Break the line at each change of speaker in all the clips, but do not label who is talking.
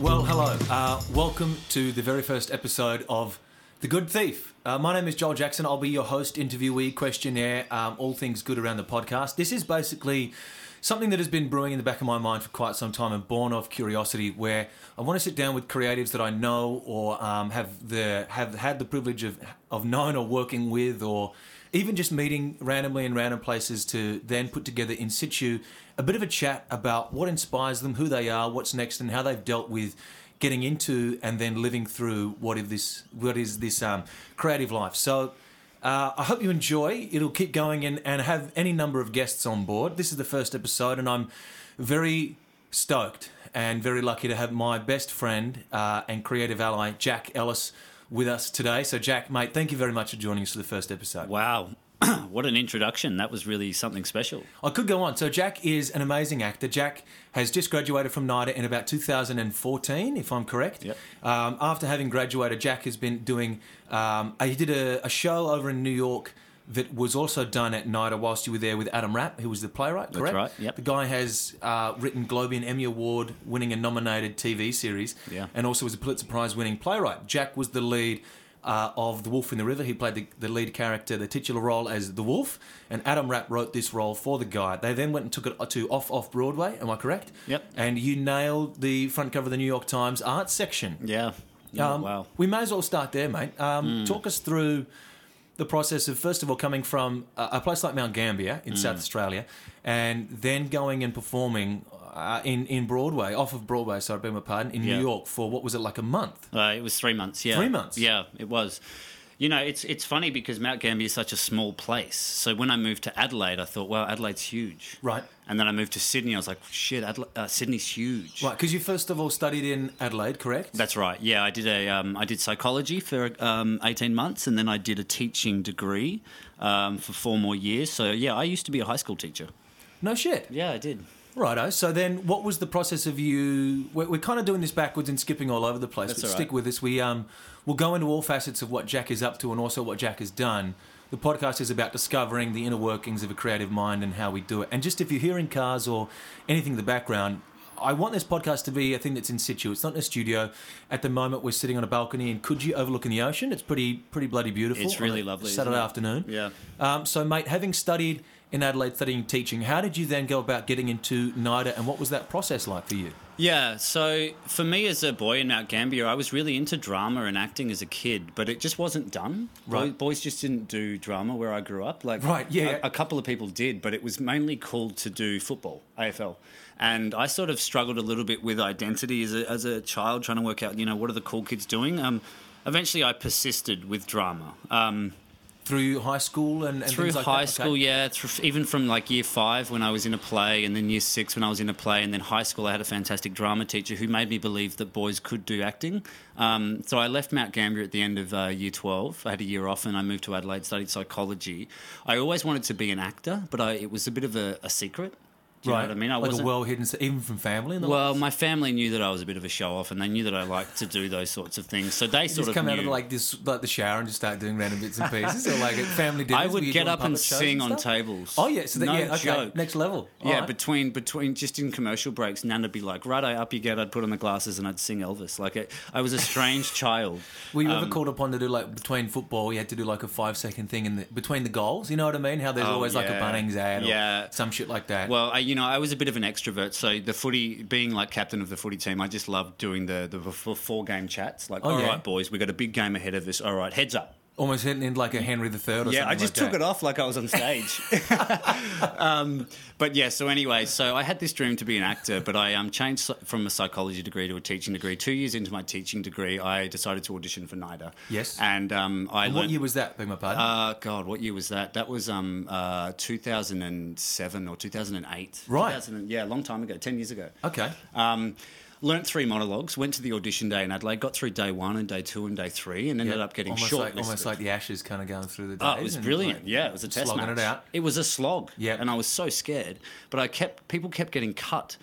Well, hello. Uh, welcome to the very first episode of The Good Thief. Uh, my name is Joel Jackson. I'll be your host, interviewee, questionnaire, um, all things good around the podcast. This is basically something that has been brewing in the back of my mind for quite some time and born of curiosity, where I want to sit down with creatives that I know or um, have the have had the privilege of of known or working with or even just meeting randomly in random places to then put together in situ a bit of a chat about what inspires them, who they are, what's next, and how they've dealt with getting into and then living through what if this what is this um, creative life. So. Uh, I hope you enjoy. It'll keep going and, and have any number of guests on board. This is the first episode, and I'm very stoked and very lucky to have my best friend uh, and creative ally, Jack Ellis, with us today. So, Jack, mate, thank you very much for joining us for the first episode.
Wow. what an introduction. That was really something special.
I could go on. So Jack is an amazing actor. Jack has just graduated from NIDA in about 2014, if I'm correct.
Yep.
Um, after having graduated, Jack has been doing. Um, uh, he did a, a show over in New York that was also done at NIDA whilst you were there with Adam Rapp, who was the playwright. Correct.
right, yep.
The guy has uh, written Globian Emmy Award winning and nominated TV series.
Yeah.
And also was a Pulitzer Prize winning playwright. Jack was the lead uh, of The Wolf in the River. He played the, the lead character, the titular role as The Wolf, and Adam Rapp wrote this role for the guy. They then went and took it uh, to Off Off Broadway, am I correct?
Yep.
And you nailed the front cover of the New York Times art section.
Yeah. Yeah,
Um,
wow. Hmm.
We may as well start there, mate. Um, Talk us through the process of, first of all, coming from a, a place like Mount Gambier
Hmm.
in South Australia and then going and performing uh, in, in Broadway, off of Broadway, sorry, beg my pardon, in
Yeah.
New York for what was it, like a month?
Uh, it was three months. Yeah,
Three months?
Yeah, it was. You know, it's it's funny because Mount Gambier is such a small place. So when I moved to Adelaide, I thought, wow, Adelaide's huge.
Right.
And then I moved to Sydney. I was like, shit, Adela- uh, Sydney's huge.
Right, because you first of all studied in Adelaide, correct?
That's right. Yeah, I did a um, I did psychology for um, eighteen months, and then I did a teaching degree um, for four more years. So yeah, I used to be a high school teacher.
no shit.
Yeah, I did.
Righto. So then, what was the process of you? We're, we're kind of doing this backwards and skipping all over the place.
That's
but
all right.
stick with us. We um, we'll go into all facets of what Jack is up to and also what Jack has done. The podcast is about discovering the inner workings of a creative mind and how we do it. And just if you're hearing cars or anything in the background. I want this podcast to be a thing that's in situ. It's not in a studio. At the moment, we're sitting on a balcony in Coogee overlooking the ocean. It's pretty, pretty bloody beautiful.
It's
on
really
a
lovely, isn't
Saturday
it?
afternoon.
Yeah.
Um, so, mate, having studied in Adelaide, studying teaching, how did you then go about getting into NIDA and what was that process like for you?
Yeah, so for me as a boy in Mount Gambier, I was really into drama and acting as a kid, but it just wasn't done. Boy-
Right.
Boys just didn't do drama where I grew up. Like
Right, yeah.
A, a couple of people did, but it was mainly called to do football, AFL. And I sort of struggled a little bit with identity as a, as a child, trying to work out, you know, what are the cool kids doing? Um, eventually, I persisted with drama. Um,
Through high school and, and
through
things like
high
that?
school,
Okay.
yeah, through, even from like year five when I was in a play, and then year six when I was in a play, and then high school I had a fantastic drama teacher who made me believe that boys could do acting. Um, so I left Mount Gambier at the end of uh, year twelve. I had a year off, and I moved to Adelaide, studied psychology. I always wanted to be an actor, but I, it was a bit of a, a secret. Do you
right.
know what I mean? I
like
wasn't.
a well hidden, even from family. And the
well, my family knew that I was a bit of a show off, and they knew that I liked to do those sorts of things. So they
just
sort of
come out of
knew.
like this, like the shower, and just start doing random bits and pieces, or like at family dinners.
I
were
would
you
get
doing
up and
puppet shows
sing on
stuff?
tables.
Oh yeah, so that,
no
yeah, okay,
joke.
next level. All
Yeah,
right.
between between just in commercial breaks, Nana'd be like, "Right, up you get." I'd put on the glasses and I'd sing Elvis. Like I, I was a strange child.
were you
um,
ever called upon to do like between football? You had to do like a five second thing in the, between the goals. You know what I mean? How there's
Oh,
always like a
yeah.
Bunnings ad, or
Yeah.
some shit like that.
Well, I, you know, I was a bit of an extrovert, so the footy, being like captain of the footy team, I just loved doing the the before game chats. Like,
Oh,
all right,
yeah.
boys, we got a big game ahead of us. All right, heads up.
almost hitting in like a Henry III. Or something
Yeah, I just
like
took
that.
it off like I was on stage. um, but yeah, so anyway, so I had this dream to be an actor, but I um, changed so- from a psychology degree to a teaching degree. Two years into my teaching degree, I decided to audition for NIDA.
Yes.
And um, I
What
learned-
year was that? Beg my pardon.
Uh, God, what year was that? That was um, uh, 2007 or 2008.
Right.
2000 yeah, a long time ago, 10 years ago.
okay.
Um, learnt three monologues, went to the audition day in Adelaide, got through day one and day two and day three, and ended up getting
almost
shortlisted.
like, almost like the ashes kind of going through the days.
Oh, it was
and,
brilliant.
like,
yeah, it was a test
slogging
match.
it out.
It was a slog.
Yeah.
and I was so scared, but I kept people kept getting cut.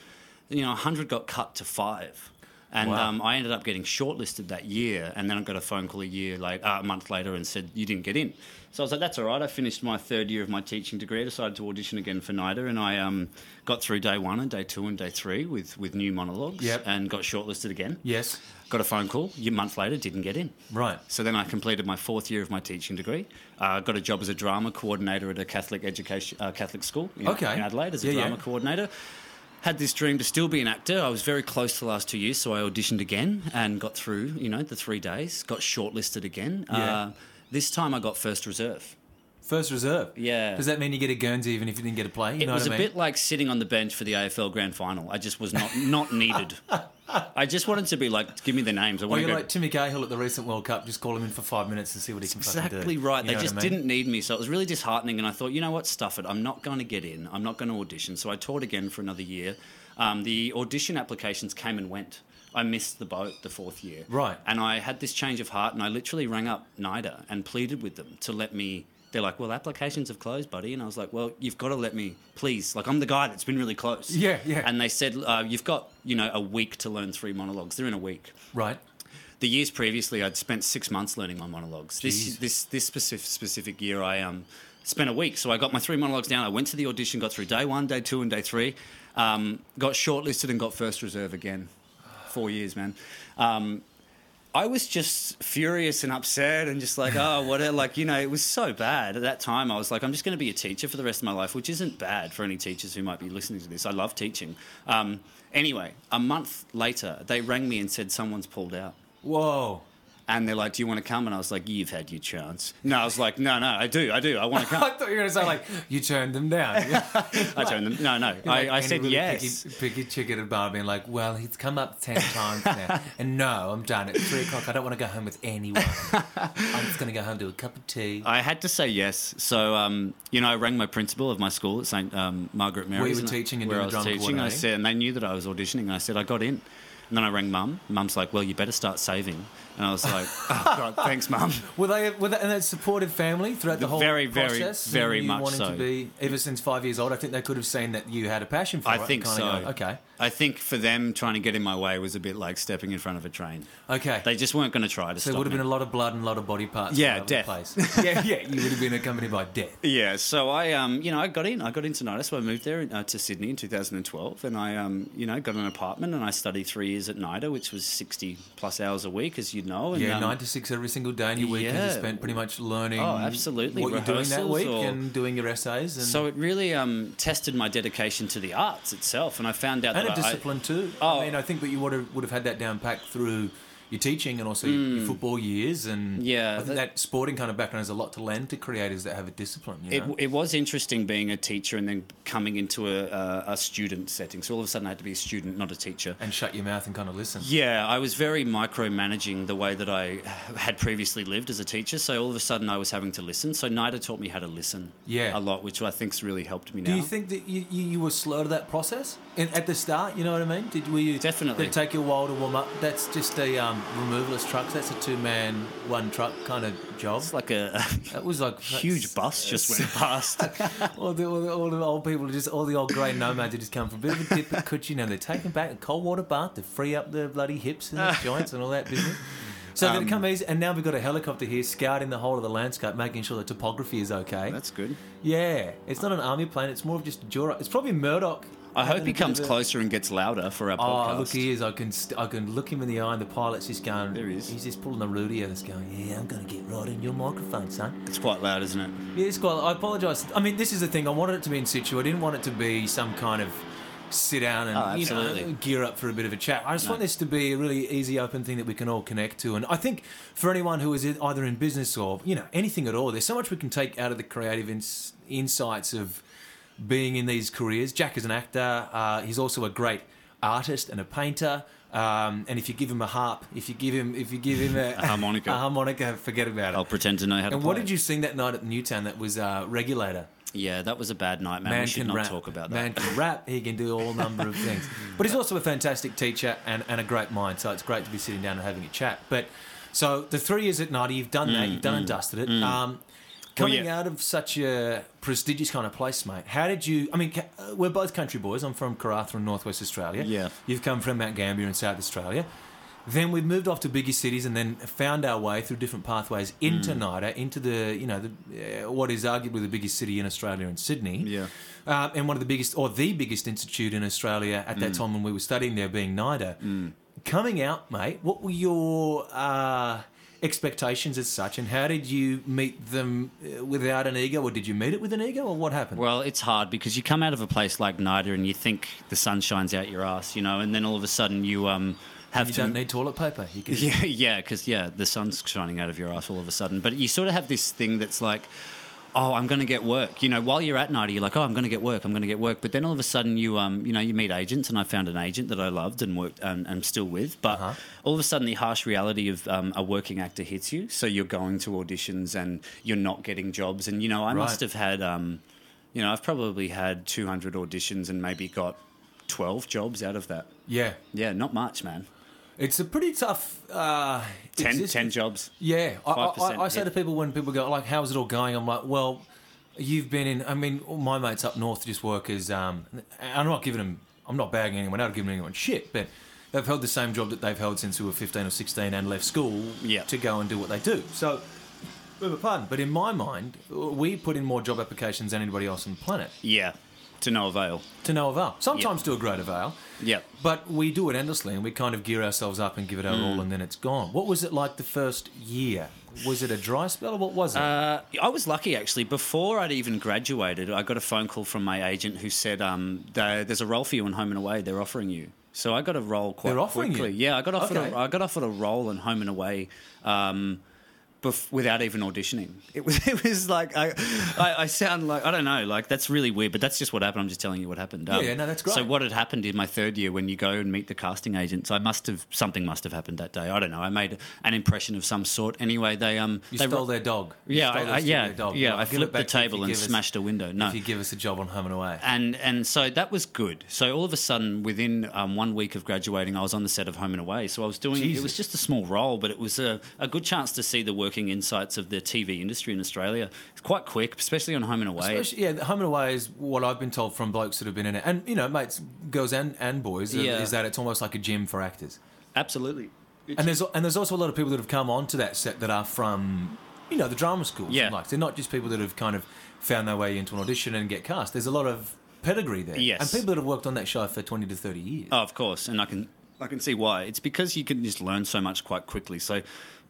You know, hundred got cut to five. And
Wow.
um, I ended up getting shortlisted that year, and then I got a phone call a year late, uh, a month later, and said you didn't get in. So I was like, "That's all right." I finished my third year of my teaching degree. I decided to audition again for NIDA, and I um, got through day one and day two and day three with with new monologues,
Yep.
and got shortlisted again.
Yes.
Got a phone call a month later, didn't get in.
Right.
So then I completed my fourth year of my teaching degree. Uh, got a job as a drama coordinator at a Catholic education uh, Catholic school in,
Okay.
in Adelaide as a
Yeah, yeah.
drama coordinator. Had this dream to still be an actor. I was very close to the last two years, so I auditioned again and got through. You know, the three days. Got shortlisted again.
Yeah.
Uh, this time I got first reserve.
First reserve.
Yeah.
Does that mean you get a Guernsey even if you didn't get a play? You
It
know
was
what
a
I mean?
bit like sitting on the bench for the AFL Grand Final. I just was not not needed. I just wanted to be like, give me the names. I
Or
want to
you're
go.
like Timmy Cahill at the recent World Cup, just call him in for five minutes and see what he can fucking do.
Exactly right.
You
They
know what
just
I mean?
didn't need me, so it was really disheartening. And I thought, you know what, stuff it. I'm not going to get in. I'm not going to audition. So I taught again for another year. Um, the audition applications came and went. I missed the boat the fourth year.
Right.
And I had this change of heart, and I literally rang up NIDA and pleaded with them to let me. They're like, well, applications have closed, buddy. And I was like, well, you've got to let me, please. Like, I'm the guy that's been really close.
Yeah, yeah.
And they said, uh, you've got, you know, a week to learn three monologues. They're in a week
Right.
the years previously, I'd spent six months learning my monologues. This
Jeez.
this this specific specific year, I um spent a week. So I got my three monologues down. I went to the audition, got through day one, day two, and day three. Um, got shortlisted and got first reserve again. Four years, man. Um, I was just furious and upset and just like, oh, what? a- Like, you know, it was so bad. At that time, I was like, I'm just going to be a teacher for the rest of my life, which isn't bad for any teachers who might be listening to this. I love teaching. Um, anyway, a month later, they rang me and said, someone's pulled out.
Whoa.
And they're like, "Do you want to come?" And I was like, "You've had your chance." No, I was like, "No, no, I do, I do, I want to
I
come."
thought you were going to say, like, you turned them down.
I turned them. No, no,
Like
I, I
any
said
really
yes.
Picky, picky chicken at bar being like, well, he's come up ten times now, and no, I'm done. It's three o'clock. I don't want to go home with anyone. I'm just going to go home to a cup of tea.
I had to say yes. So, um, you know, I rang my principal of my school at St. Um, Margaret Mary.
Where you were teaching and eh?
where
doing
I
the
was
drama
teaching. I
coordinating.
said, and they knew that I was auditioning. And I said, I got in. And then I rang mum. Mum's like, "Well, you better start saving." And I was like, "Oh God, thanks, mum."
were they were they, and that supportive family throughout the whole
Very, very,
process? and
very
you
much
wanting
so.
to be ever since five years old. I think they could have seen that you had a passion for
I
it. and
think
kinda
so.
going, okay,
I think for them, trying to get in my way was a bit like stepping in front of a train.
okay.
They just weren't going to try to
so
stop
there would have
me.
been a lot of blood and a lot of body parts.
Yeah,
all over the
death.
place. yeah, yeah. You would have been accompanied by death.
Yeah, so I, um, you know, I got in. I got into NIDA, so I moved there uh, to Sydney in 2012, and I, um, you know, got an apartment and I studied three years at NIDA, which was 60 plus hours a week, as you know. And,
Yeah,
um,
nine to six every single day, and your weekend is
yeah.
spent pretty much learning.
Oh, absolutely.
What you're doing that
Rehearsals
week
or-
and doing your essays, and,
So it really um, tested my dedication to the arts itself, and I found out
and a
that I-
discipline too.
Oh.
I mean, I think that you would have, would have had that down packed through your teaching and also your- your football years, and
Mm. Yeah,
I think
that-
that, sporting kind of background is a lot to lend to creators that have a discipline. You
it,
know?
it was interesting being a teacher and then coming into a, a, a student setting. So all of a sudden, I had to be a student, not a teacher.
and shut your mouth and kind of listen.
Yeah, I was very micromanaging the way that I had previously lived as a teacher. So all of a sudden, I was having to listen. So NIDA taught me how to listen
Yeah.
a lot, which I think's really helped me now.
Do you think that you, you, you were slow to that process in, at the start? You know what I mean? Did were you
Definitely.
Did it take you a while to warm up? That's just a um, removalist truck. That's a two man, one truck kind of job.
it's like a,
That was like
a huge bus just went past.
All the, all the all the old people, just all the old grey nomads, who just come for a bit of a dip at Coochie. Now they're taking back a cold water bath to free up their bloody hips and their joints and all that business. So um, they come easy, and now we've got a helicopter here scouting the whole of the landscape, making sure the topography is okay.
That's good.
yeah, it's not an army plane; it's more of just a Jura. It's probably Murdoch.
I hope
having
he
a bit
comes
of a-
closer and gets louder for our
Oh, look,
podcast.
he is. I can st- I can look him in the eye, and the pilot's just going.
There he is.
He's just pulling the Rudy and it's going. Yeah, I'm going to get right in your microphone, son.
it's quite loud, isn't it?
Yeah, it's quite. I apologise. I mean, this is the thing. I wanted it to be in situ. I didn't want it to be some kind of sit down and
Oh,
you know,
absolutely.
gear up for a bit of a chat. I just want this to be a really easy, open thing that we can all connect to. And I think for anyone who is in- either in business or you know anything at all, there's so much we can take out of the creative ins- insights of being in these careers. Jack is an actor. Uh, he's also a great artist and a painter. Um, and if you give him a harp, if you give him, if you give him a,
A harmonica.
a harmonica, forget about it.
I'll pretend to know how to
And
play.
what did you sing that night at Newtown that was uh, Regulator?
Yeah, that was a bad night, man. we should not talk about that.
Man can rap. He can do all number of things. But he's also a fantastic teacher and, and a great mind. So it's great to be
Mm,
sitting down and having a chat. But so the three years at Nighty, you've done that. You've done and dusted it. Um, Coming
yeah.
out of such a prestigious kind of place, mate, how did you? I mean, ca- uh, we're both country boys. I'm from Karatha in Northwest Australia.
Yeah.
You've come from Mount Gambier in South Australia. Then we've moved off to bigger cities and then found our way through different pathways into
Mm.
NIDA, into the, you know, the, uh, what is arguably the biggest city in Australia in Sydney.
Yeah.
Um, and one of the biggest, or the biggest institute in Australia at
Mm.
that time when we were studying there being NIDA. Coming out, mate, what were your uh, expectations as such, and how did you meet them uh, without an ego, or did you meet it with an ego, or what happened?
Well, it's hard because you come out of a place like NIDA and you think the sun shines out your ass, you know, and then all of a sudden you um, have
you
to.
don't need toilet paper. You can
Yeah, yeah, because yeah, the sun's shining out of your ass all of a sudden. But you sort of have this thing that's like, oh, I'm going to get work. You know, while you're at night, you're like, oh, I'm going to get work. I'm going to get work. But then all of a sudden, you um, you know, you meet agents, and I found an agent that I loved and worked and am still with. But all of a sudden, the harsh reality of um, a working actor hits you. So you're going to auditions and you're not getting jobs. And you know, I must have had um, you know, I've probably had 200 auditions and maybe got 12 jobs out of that.
yeah.
Yeah, not much, man.
It's a pretty tough. Uh,
10,
existence.
10 jobs.
Yeah, I, I, I, I
5%,
say
yeah.
to people when people go like, "How's it all going?" I'm like, "Well, you've been in." I mean, all my mates up north just work as. Um, I'm not giving them. I'm not bagging anyone out, giving anyone shit, but they've held the same job that they've held since we were 15 or 16 and left school
Yeah.
to go and do what they do. So, beg your pardon, but in my mind, we put in more job applications than anybody else on the planet
Yeah, to no avail.
to no avail. Sometimes to a great avail.
Yeah.
But we do it endlessly, and we kind of gear ourselves up and give it our
Mm.
all, and then it's gone. What was it like the first year? Was it a dry spell, or what was it?
Uh, I was lucky actually. Before I'd even graduated, I got a phone call from my agent who said, um, there- "There's a role for you in Home and Away. They're offering you." So I got a role quite
They're offering you?
quickly. Yeah, I got offered.
Okay.
A, I got offered a role in Home and Away. Um, bef- without even auditioning, it was it was like I, I I sound like I don't know like that's really weird, but that's just what happened. I'm just telling you what happened. Um,
yeah, no, that's
So
great.
what had happened in my third year when you go and meet the casting agents, I must have something must have happened that day. I don't know. I made an impression of some sort. Anyway, they um
you
they
stole
ro-
their dog. You
Yeah,
stole
I,
their
I, yeah,
studio dog.
yeah.
Like,
I
give it
flipped the
back to you if
table
you
and
give us-
smashed Uh, a window. No,
If you give us a job on Home and Away,
and and so that was good. So all of a sudden, within um, one week of graduating, I was on the set of Home and Away. So I was doing it
Jesus.
was just a small role, but it was a, a good chance to see the working insights of the TV industry in Australia. It's quite quick, especially on Home and Away.
Especially- yeah, the Home and Away is what I've been told from blokes that have been in it, and you know, mates, girls and and boys, is-
Yeah.
is that it's almost like a gym for actors.
Absolutely.
And there's and there's also a lot of people that have come onto that set that are from you know the drama schools.
Yeah.
and like they're not just people that have kind of found their way into an audition and get cast. There's a lot of pedigree there.
Yes.
and people that have worked on that show for twenty to thirty years.
Oh, of course, and I can I can see why. It's because you can just learn so much quite quickly. So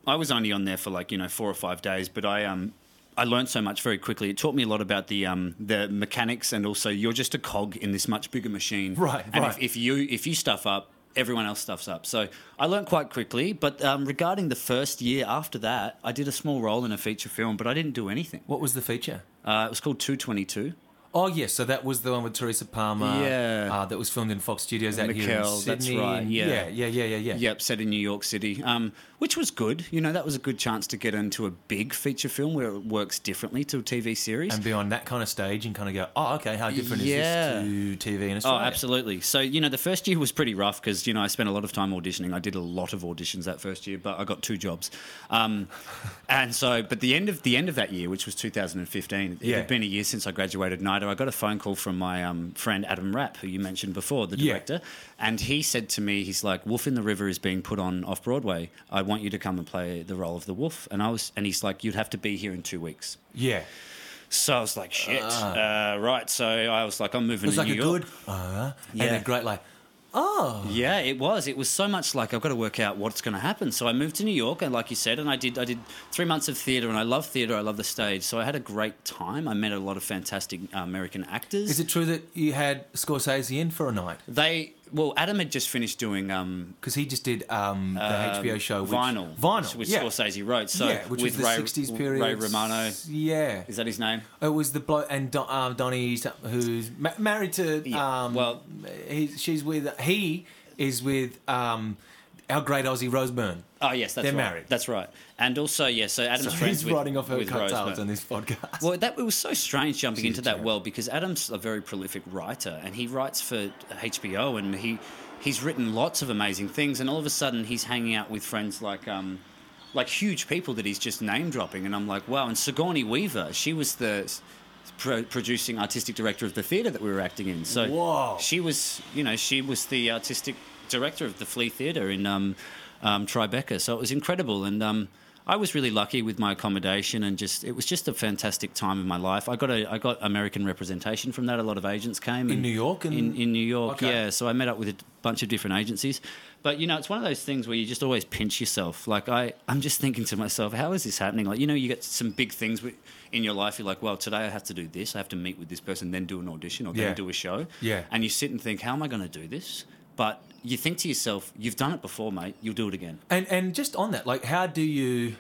I was only on there for like you know four or five days, but I um. I learned so much very quickly. It taught me a lot about the um, the mechanics, and also you're just a cog in this much bigger machine.
Right,
And
right.
If, if you if you stuff up, everyone else stuffs up. So I learned quite quickly. But um, regarding the first year after that, I did a small role in a feature film, but I didn't do anything.
What was the feature?
Uh, it was called Two Twenty Two.
Oh yes, so that was the one with Teresa Palmer.
Yeah.
uh, that was filmed in Fox Studios out here in
Mikkel,
Sydney.
that's right, yeah.
yeah, yeah, yeah, yeah. yeah.
Yep, set in New York City, um, which was good. You know, that was a good chance to get into a big feature film where it works differently to a TV series.
And be on that kind of stage and kind of go, oh, okay, how different
Yeah.
is this to TV in
Oh,
Australia?
absolutely. So, you know, the first year was pretty rough because, you know, I spent a lot of time auditioning. I did a lot of auditions that first year, but I got two jobs. Um, and so, but the end of the end of that year, which was 2015, it
Yeah.
had been a year since I graduated NIDA, I got a phone call from my um, friend Adam Rapp, who you mentioned before, the
Yeah.
director. And he said to me, he's like, Wolf in the River is being put on off Broadway. I want you to come and play the role of the wolf. And I was, and he's like, you'd have to be here in two weeks.
Yeah.
So I was like, shit. Uh, right. So I was like, I'm moving
Ah. It was
to
like
New
a
York.
good, uh, and
Yeah.
a great, like,
Yeah, it was. It was so much like I've got to work out what's going to happen. So I moved to New York, and like you said, and I did. I did three months of theater, and I love theater. I love the stage. So I had a great time. I met a lot of fantastic uh, American actors.
is it true that you had Scorsese in for a night?
they well, Adam had just finished doing um,
Because he just did um, the HBO show. Which,
Vinyl,
Vinyl,
which, which
yeah.
Scorsese wrote. So
yeah, which was
with
the
Ray,
60s period.
Ray Romano
Yeah.
is that his name?
It was the bloke and Don, um, Donnie, who's ma- married to.
Yeah,
Um,
well-
he's, she's with. He is with um, our great Aussie Roseburn.
Oh yes, that's
They're
right.
married.
That's right. And also, yeah. So Adam's friends
He's
with,
writing off her
with Rose,
cocktails
but-
on this podcast.
Well, that it was so strange jumping into that
champ.
world because Adam's a very prolific writer, and he writes for HBO, and he he's written lots of amazing things. And all of a sudden, he's hanging out with friends like um, like huge people that he's just name dropping, and I'm like, wow. And Sigourney Weaver, she was the s- pro- producing artistic director of the theatre that we were acting in. So
Whoa.
she was, you know, she was the artistic director of the Flea Theatre in um, um, Tribeca. So it was incredible, and um, I was really lucky with my accommodation, and just it was just a fantastic time in my life. I got a I got American representation from that. A lot of agents came
In New York and-
in, in New York,
Okay.
yeah. So I met up with a bunch of different agencies. But you know, it's one of those things where you just always pinch yourself. Like I, I'm just thinking to myself, how is this happening? Like you know, you get some big things wi- in your life. You're like, well, today I have to do this. I have to meet with this person, then do an audition, or then
Yeah.
do a show.
Yeah.
And you sit and think, how am I going to do this? But you think to yourself, you've done it before, mate. You'll do it again.
And and just on that, like, how do you,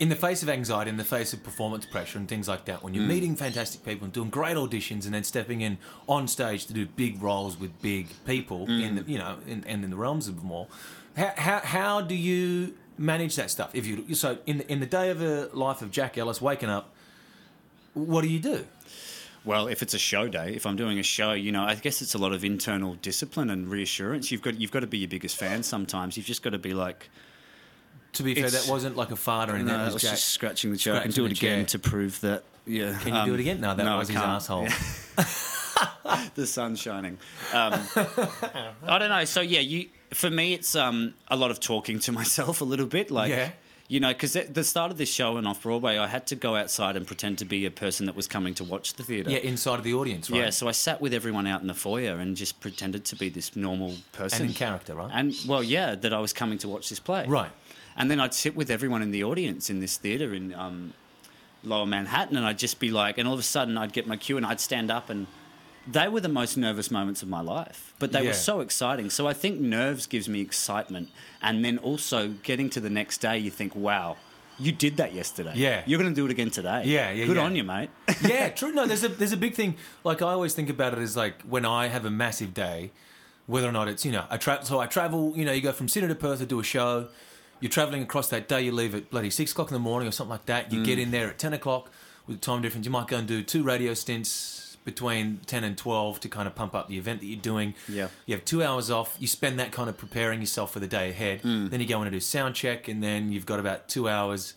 in the face of anxiety, in the face of performance pressure and things like that, when
Mm.
you're meeting fantastic people and doing great auditions, and then stepping in on stage to do big roles with big people
Mm.
in the you know in, and in the realms of more, how how, how do you manage that stuff? If you so in the, in the day of a life of Jack Ellis waking up, what do you do?
Well, if it's a show day, if I'm doing a show, you know, I guess it's a lot of internal discipline and reassurance. You've got you've got to be your biggest fan sometimes. You've just got to be like,
To be fair,
It's-
that wasn't like a fart or anything.
no,
that
I
was
was
Jack.
just scratching the chair. I can
Scratching
do it
the chair.
again to prove that. Yeah, Um,
Can you do it again? No, that
no, I
was his
can't.
asshole.
the sun's shining. Um, I don't know. So yeah, you for me, it's um, a lot of talking to myself a little bit, like.
Yeah.
You know, because at the start of this show and off Broadway, I had to go outside and pretend to be a person that was coming to watch the theatre.
Yeah, inside of the audience, right?
Yeah, so I sat with everyone out in the foyer and just pretended to be this normal person.
And in character, right?
And, well, yeah, that I was coming to watch this play.
Right.
And then I'd sit with everyone in the audience in this theatre in um, Lower Manhattan and I'd just be like, and all of a sudden I'd get my cue and I'd stand up and they were the most nervous moments of my life, but they
Yeah.
were so exciting. So I think nerves gives me excitement. And then also getting to the next day, you think, wow, you did that yesterday.
Yeah.
You're going to do it again today.
Yeah, yeah,
Good
yeah.
on you, mate.
yeah, true. No, there's a there's a big thing. Like I always think about it as like when I have a massive day, whether or not it's you know I travel. So I travel. You know, you go from Sydney to Perth to do a show. You're traveling across that day. You leave at bloody six o'clock in the morning or something like that. You get in there at ten o'clock with the time difference. You might go and do two radio stints between ten and twelve to kind of pump up the event that you're doing.
Yeah.
You have two hours off. You spend that kind of preparing yourself for the day ahead. Then you go in and do sound check, and then you've got about two hours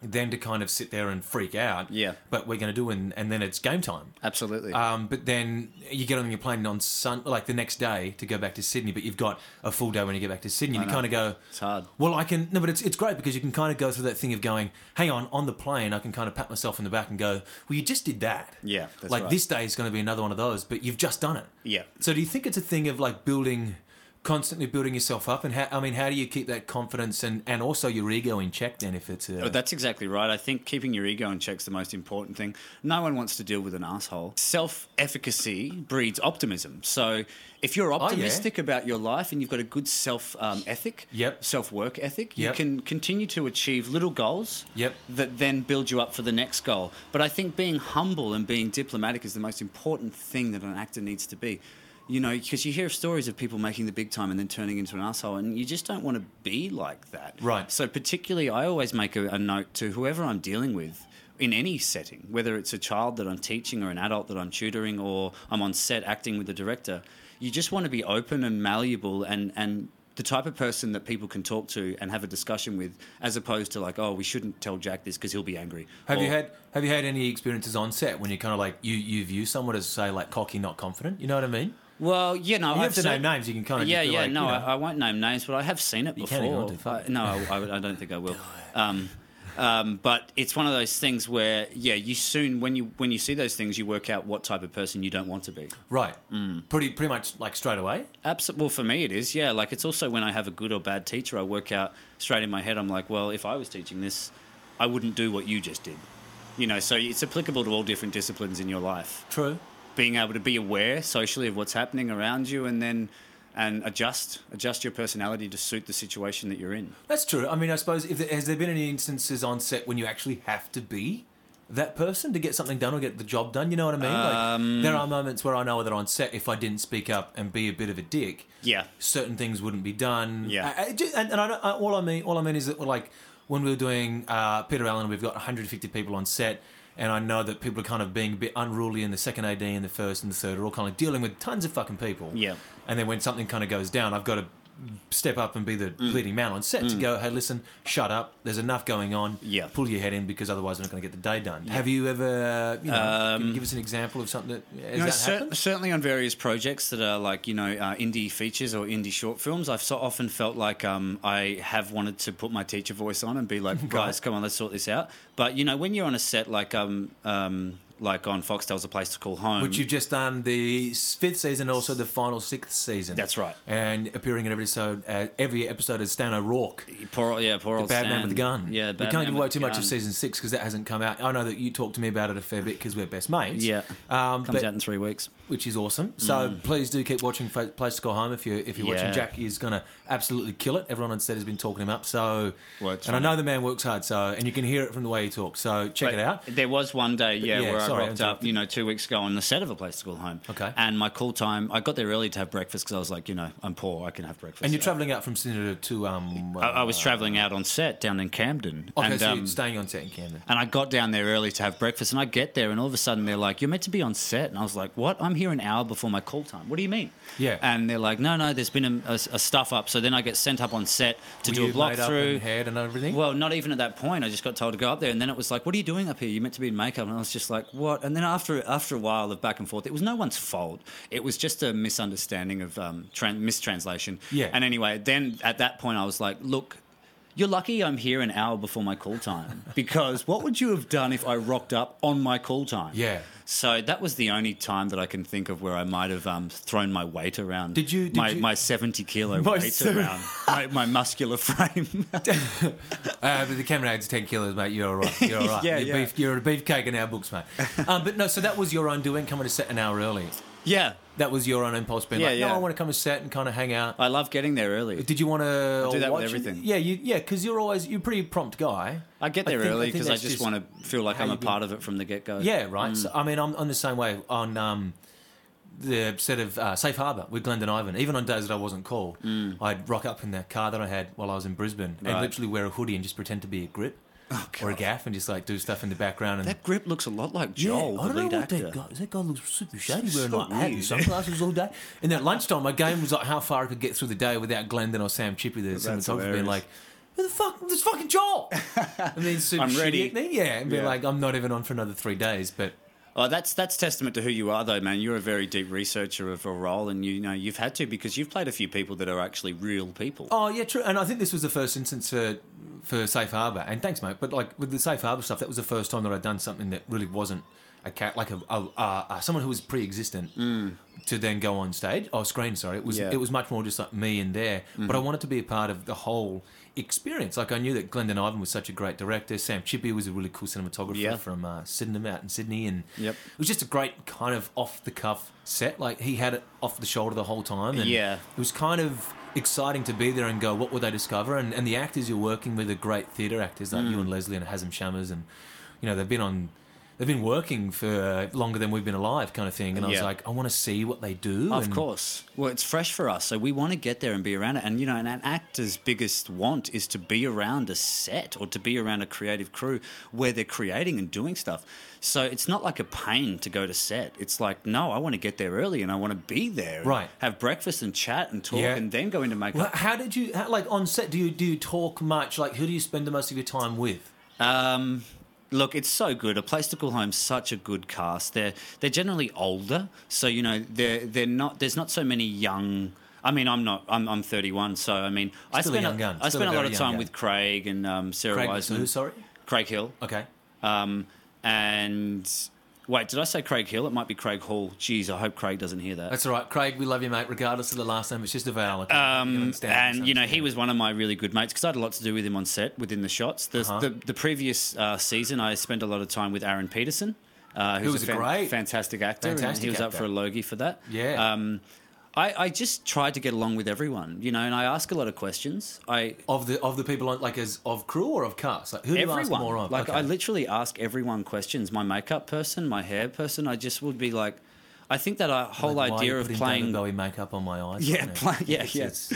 then to kind of sit there and freak out.
Yeah.
But we're going to do, and, and then it's game time.
Absolutely.
Um, but then you get on your plane on sun, like the next day to go back to Sydney, but you've got a full day when you get back to Sydney. And you kind of go,
It's hard.
well, I can, no, but it's, it's great because you can kind of go through that thing of going, hang on, on the plane, I can kind of pat myself in the back and go, well, you just did that.
Yeah, that's
like
right.
this day is going to be another one of those, but you've just done it.
Yeah.
So do you think it's a thing of like building, constantly building yourself up? And how, I mean, how do you keep that confidence and, and also your ego in check then if it's a.
But that's exactly right. I think keeping your ego in check's the most important thing. No one wants to deal with an asshole. Self-efficacy breeds optimism. So if you're
Oh, yeah.
optimistic about your life and you've got a good self um, ethic,
Yep.
self-work ethic,
Yep.
you can continue to achieve little goals
Yep.
that then build you up for the next goal. But I think being humble and being diplomatic is the most important thing that an actor needs to be. You know, because you hear stories of people making the big time and then turning into an asshole, and you just don't want to be like that.
Right.
So particularly, I always make a, a note to whoever I'm dealing with in any setting, whether it's a child that I'm teaching or an adult that I'm tutoring or I'm on set acting with the director. You just want to be open and malleable and and the type of person that people can talk to and have a discussion with, as opposed to like, oh, we shouldn't tell Jack this because he'll be angry.
Have you
Or-
had Have you had any experiences on set when you kind of like you you view someone as say like cocky, not confident? You know what I mean?
Well, you know,
You
I've
have to
seen-
name names. You can kind of
Yeah,
just be
yeah,
like,
no,
you know.
I, I won't name names, but I have seen it
can
before.
if you want to, fuck
I- no, I, I- I don't think I will. Um, um, but it's one of those things where, yeah, you soon when you when you see those things, you work out what type of person you don't want to be.
right,
Mm.
pretty pretty much like straight away.
Absolutely. Well, for me, it is. Yeah, like it's also when I have a good or bad teacher, I work out straight in my head. I'm like, well, if I was teaching this, I wouldn't do what you just did. You know, so it's applicable to all different disciplines in your life.
True.
being able to be aware socially of what's happening around you and then and adjust adjust your personality to suit the situation that you're in
That's true. I mean, I suppose if there, has there been any instances on set when you actually have to be that person to get something done or get the job done? You know what I mean? like,
Um,
there are moments where I know that on set, if I didn't speak up and be a bit of a dick,
yeah
certain things wouldn't be done.
Yeah.
I- I ju- and, and I don't, I, all I mean, all I mean is that like when we were doing uh, Peter Allen, we've got 150 people on set, and I know that people are kind of being a bit unruly in the second AD and the first and the third are all kind of dealing with tons of fucking people.
Yeah.
And then when something kind of goes down, I've got to step up and be the
Mm.
leading man on set to go, hey, listen, shut up. There's enough going on.
Yeah.
Pull your head in because otherwise we're not going to get the day done. Have you ever, you know, can you give us an example of something that has
Um, You know,
that
cer-
happened?
certainly on various projects that are like you know uh, indie features or indie short films, I've so often felt like um, I have wanted to put my teacher voice on and be like, guys, come on, let's sort this out. But you know, when you're on a set like um, um, like on Foxtel's a place to call home,
Which you've just done the s- fifth season, also the final sixth season.
That's right.
And appearing in every episode, uh, every episode as Stan O'Rourke,
poor, old- yeah, poor old
Bad Man
Stan.
with the Gun.
Yeah,
we
Bad Man
can't give away
with
too
the
much of
Gun.
season six because that hasn't come out. I know that you talked to me about it a fair bit because we're best mates.
Yeah,
um,
comes
but-
out in three weeks.
which is awesome. So please do keep watching Fa- Place to Go Home if you're if you're watching.
Yeah.
Jack is going to absolutely kill it. Everyone on set has been talking him up. So
Well,
and
it's
I
fine.
know the man works hard. So and you can hear it from the way he talks. So check
But
it out.
There was one day, yeah,
yeah,
where
sorry, I
I rocked up,
interrupted.
you know, two weeks ago on the set of a place to call home.
Okay.
And my call time, I got there early to have breakfast because I was like, you know, I'm poor, I can have breakfast.
And you're
Uh,
travelling out from Senator to um.
I, I was traveling out on set down in Camden.
Okay,
and,
so
um,
you're staying on set in Camden.
and I got down there early to have breakfast, and I get there, and all of a sudden they're like, "You're meant to be on set," and I was like, "What? I'm here an hour before my call time. What do you mean?"
Yeah.
And they're like, "No, no, there's been a, a- a stuff up." So then I get sent up on set to
Were
do
you
a block
made up
through.
and haired and everything.
Well, not even at that point. I just got told to go up there, and then it was like, "What are you doing up here? You meant to be in makeup." And I was just like, "What?" And then after after a while of back and forth, it was no one's fault. It was just a misunderstanding of um, tran- mistranslation.
Yeah.
And anyway, then at that point, I was like, "Look." You're lucky I'm here an hour before my call time because what would you have done if I rocked up on my call time?
Yeah.
So that was the only time that I can think of where I might have um, thrown my weight around.
Did you- did
my,
you-
my 70 kilo
My
weight
seven-
around my, my muscular frame?
Uh, but the camera adds 10 kilos, mate. You're all right. You're all right.
Yeah,
you're,
yeah.
Beef, you're a beefcake in our books, mate. um, but no, so that was your own doing, coming to set an hour early.
yeah.
That was your own impulse being
Yeah,
like, no,
yeah.
I want to come to set and kind of hang out.
I love getting there early.
Did you want to
do that
watch
with everything.
Yeah, you, yeah, because you're always you're a pretty prompt guy.
I get there
think-
early
think
because I,
that's
just, want to feel like
how
I'm
you
a
do-
part of it from the get go.
Yeah, right.
Mm.
So, I mean, I'm, I'm the same way on um, the set of uh, Safe Harbour with Glendon Ivan. Even on days that I wasn't called, I'd rock up in the car that I had while I was in Brisbane and
Mm. Right. Oh,
literally wear a hoodie and just pretend to be a grip or a gaff and just like do stuff in the background and.
That grip looks a lot like
Yeah,
Joel,
I
the
don't
lead
know what
actor.
that guy. That guy looks super shady wearing
so
like hat and
weird.
sunglasses all day. And at lunchtime, my game was like how far I could get through the day without Glendon or Sam Chippy, the cinematographer, being
hilarious.
like, "Who the fuck? This fucking Joel." and then super
I'm
shitty
ready.
at me, yeah, and be
Yeah.
like, "I'm not even on for another three days." But
Oh, that's that's testament to who you are, though, man. You're a very deep researcher of a role, and you know you've had to because you've played a few people that are actually real people.
Oh yeah, true. And I think this was the first instance for for Safe Harbour. And thanks, mate. But like with the Safe Harbour stuff, that was the first time that I'd done something that really wasn't a cat, like a, a, a, a someone who was pre-existent to then go on stage or screen. Sorry, it was
Mm. Yeah. Mm-hmm.
it was much more just like me and there. But I wanted to be a part of the whole experience. Like I knew that Glendon Ivan was such a great director. Sam Chippy was a really cool cinematographer
Yeah.
from uh, Sydney out in Sydney, and
Yep.
it was just a great kind of off the cuff set. Like he had it off the shoulder the whole time. And
Yeah.
it was kind of exciting to be there and go, what will they discover? And, and the actors you're working with are great theatre actors like
Mm.
you and Leslie and Hazem Shammers, and you know they've been on, they've been working for uh, longer than we've been alive, kind of thing. And I was
Yeah.
like, I want to see what they do.
Of
and-
course. Well, it's fresh for us, so we want to get there and be around it. And you know, an, an actor's biggest want is to be around a set or to be around a creative crew where they're creating and doing stuff. So it's not like a pain to go to set. It's like, no, I want to get there early and I want to be there, and
Right.
Have breakfast and chat and talk,
Yeah.
and then go into makeup.
Well, How did you how, like on set? Do you do you talk much? Like, who do you spend the most of your time with?
Um, look, it's so good. A Place to Call Home, such a good cast. They're they're generally older, so you know they're they're not. There's not so many young. I mean, I'm not. I'm, I'm 31, so I mean, I
Still a
spent
young gun. Still
I
a
spent a lot
very
of
young
time
gun.
with Craig and um, Sarah
Craig,
Wiseman.
who? Sorry.
Craig Hill.
Okay.
Um, and wait, did I say Craig Hill? It might be Craig Hall. Jeez, I hope Craig doesn't hear that.
That's all right, Craig. We love you, mate. Regardless of the last name, it's just a vowel. okay? You understand,
Um, and you know
understand.
he was one of my really good mates because I had a lot to do with him on set within the shots. The
Uh-huh.
the, the previous uh, season, I spent a lot of time with Aaron Peterson, uh, who's
was a
a fan-
great-
fantastic actor. and
Fantastic
he was up
actor.
for a Logie for that.
Yeah.
Um, I, I just tried to get along with everyone, you know, and I ask a lot of questions. I
of the of the people on, like as of crew or of cast. Like, who do you ask
everyone.
more of?
Like
Okay.
I literally ask everyone questions. My makeup person, my hair person. I just would be like, I think that our whole
Like, why are
idea
you
of
putting
playing
David Bowie makeup on my eyes.
Yeah,
right now?
pla- yeah,
It's-
yeah,
it's-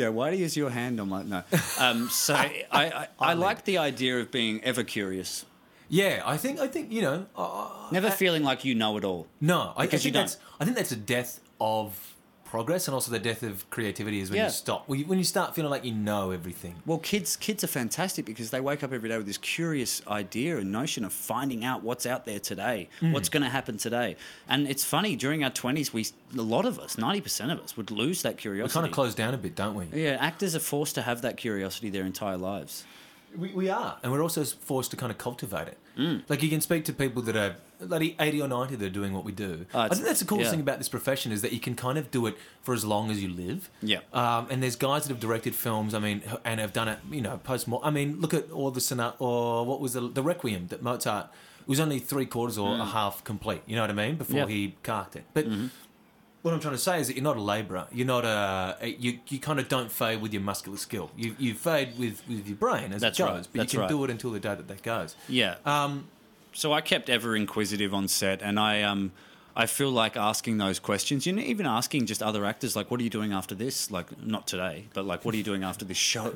yeah. Why do you use your hand on my no? Um, so I, I, I like the idea of being ever curious,
yeah. I think I think you know. Uh,
never feeling like you know it all.
no, I, I
Because
think
you don't.
that's I think that's a death of progress and also the death of creativity is when
Yeah.
you stop. When you, when you start feeling like you know everything.
Well, kids kids are fantastic because they wake up every day with this curious idea and notion of finding out what's out there today, what's going to happen today. And it's funny during our twenties, we a lot of us, ninety percent of us, would lose that
We
curiosity.
kind of close down a bit, don't we?
yeah, actors are forced to have that curiosity their entire lives.
We, we are, and we're also forced to kind of cultivate it.
Mm.
Like you can speak to people that are like eighty or ninety that are doing what we do.
Oh,
I
it's-
think that's the coolest
yeah.
thing about this profession is that you can kind of do it for as long as you live.
Yeah.
Um, and there's guys that have directed films. I mean, and have done it. You know, post more. I mean, look at all the sonat or what was the the Requiem that Mozart it was only three quarters or a half complete. You know what I mean? Before
Mm. Yeah. Mm-hmm.
he carked it, but. What I'm trying to say is that you're not a labourer. You're not a you. You kind of don't fade with your muscular skill. You you fade with, with your brain as
That's
it goes,
right.
but
That's
you can
right.
do it until the day that that goes.
Yeah.
Um,
So I kept ever inquisitive on set, and I um, I feel like asking those questions. You know, even asking just other actors, like, "What are you doing after this?" Like, not today, but like, "What are you doing after this show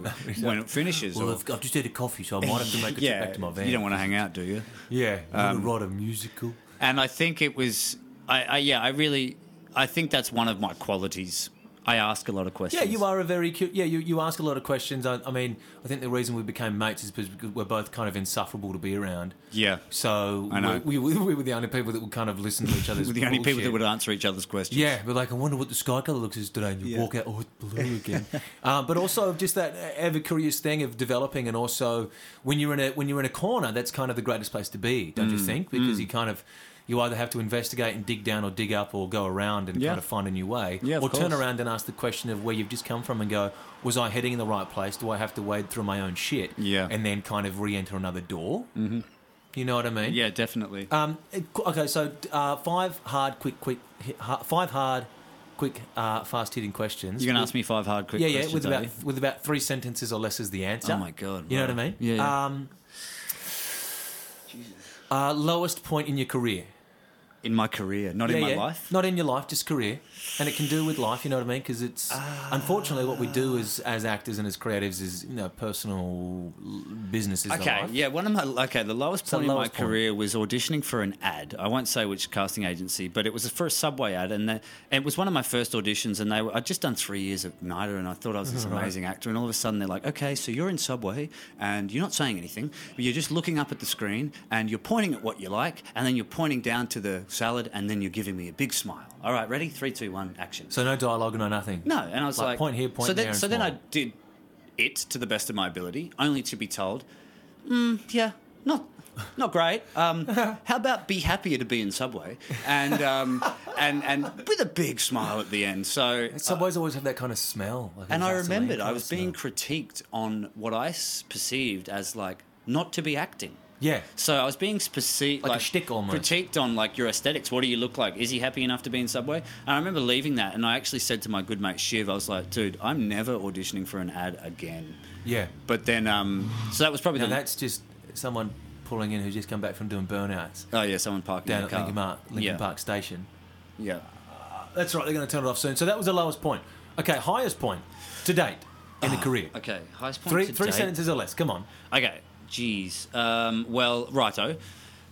when it finishes?"
well,
or-
I've, I've just had a coffee, so I might have to make a
yeah,
trip back to my van.
you don't um, want to hang out, do you?
yeah, you want to write a musical.
And I think it was, I, I yeah, I really, I think that's one of my qualities. I ask a lot of
Yeah,
questions.
you are a very cute. Yeah, you, you ask a lot of questions. I, I mean, I think the reason we became mates is because we're both kind of insufferable to be around.
Yeah.
So
I know.
We, we, we were the only people that would kind of listen to each other's.
We're the only people
bullshit.
that would answer each other's questions.
Yeah, but like, I wonder what the sky colour looks like today. And you
Yeah.
walk out, oh, it's blue again. um, but also just that uh, ever curious thing of developing, and also when you're in a when you're in a corner, that's kind of the greatest place to be, don't you
Mm.
think? Because you kind of you either have to investigate and dig down, or dig up, or go around and
Yeah.
kind of find a new way,
Yeah, of
or turn
course.
around and ask the question of where you've just come from, and go, was I heading in the right place? Do I have to wade through my own shit?
Yeah.
and then kind of re-enter another door. Mm-hmm. You know what I mean?
Yeah, definitely.
Um, it- okay, so uh, five hard, quick, quick, hi- ha- five hard, quick, uh, fast hitting questions.
You're going to ask me five hard, quick
Yeah, yeah,
questions.
with
are
about
you?
with about three sentences or less is the answer.
Oh my God,
You know
right.
what I mean?
Yeah, yeah.
Um, uh, lowest point in your career?
in my career, not in
Yeah,
my
yeah.
life.
Not in your life, just career, and it can do with life. You know what I mean? Because it's
Ah.
unfortunately what we do as as actors and as creatives is you know personal l- business is our
Okay,
life.
yeah, one of my okay, the lowest
the
point in my
lowest point.
career was auditioning for an ad. I won't say which casting agency, but it was the first Subway ad, and, the, and it was one of my first auditions. And they were, I'd just done three years of NIDA, and I thought I was this amazing actor. And all of a sudden, they're like, "Okay, so you're in Subway, and you're not saying anything, but you're just looking up at the screen, and you're pointing at what you like, and then you're pointing down to the salad, and then you're giving me a big smile. All right, ready? Three, two, one, action.
So no dialogue, no nothing.
No, and I was
Like,
like,
point here, point
so then,
there and
so then I
smile.
did it to the best of my ability, only to be told, mm, yeah, not not great. Um, how about be happier to be in Subway and um, and and with a big smile at the end. So
Subways always have that kind of smell. like a
and I
gasoline
remembered I
kind of
was being
smell.
critiqued on what I s- perceived as like not to be acting.
yeah.
So I was being specific,
Like a shtick almost.
critiqued on like your aesthetics. What do you look like? Is he happy enough to be in Subway? And I remember leaving that, and I actually said to my good mate Shiv, I was like, "Dude, I'm never auditioning for an ad again."
Yeah.
But then, um, so that was probably
Now
the
that's just someone pulling in who's just come back from doing burnouts
oh yeah, someone parked
down
in
at
the car.
Lincoln, Park, Lincoln
yeah.
Park Station.
Yeah.
That's right, they're going to turn it off soon. So that was the lowest point. Okay, highest point to date in the
Ah,
career.
Okay. Highest point.
Three,
to
three
date.
sentences or less. Come on.
Okay. Jeez. Um, well, righto.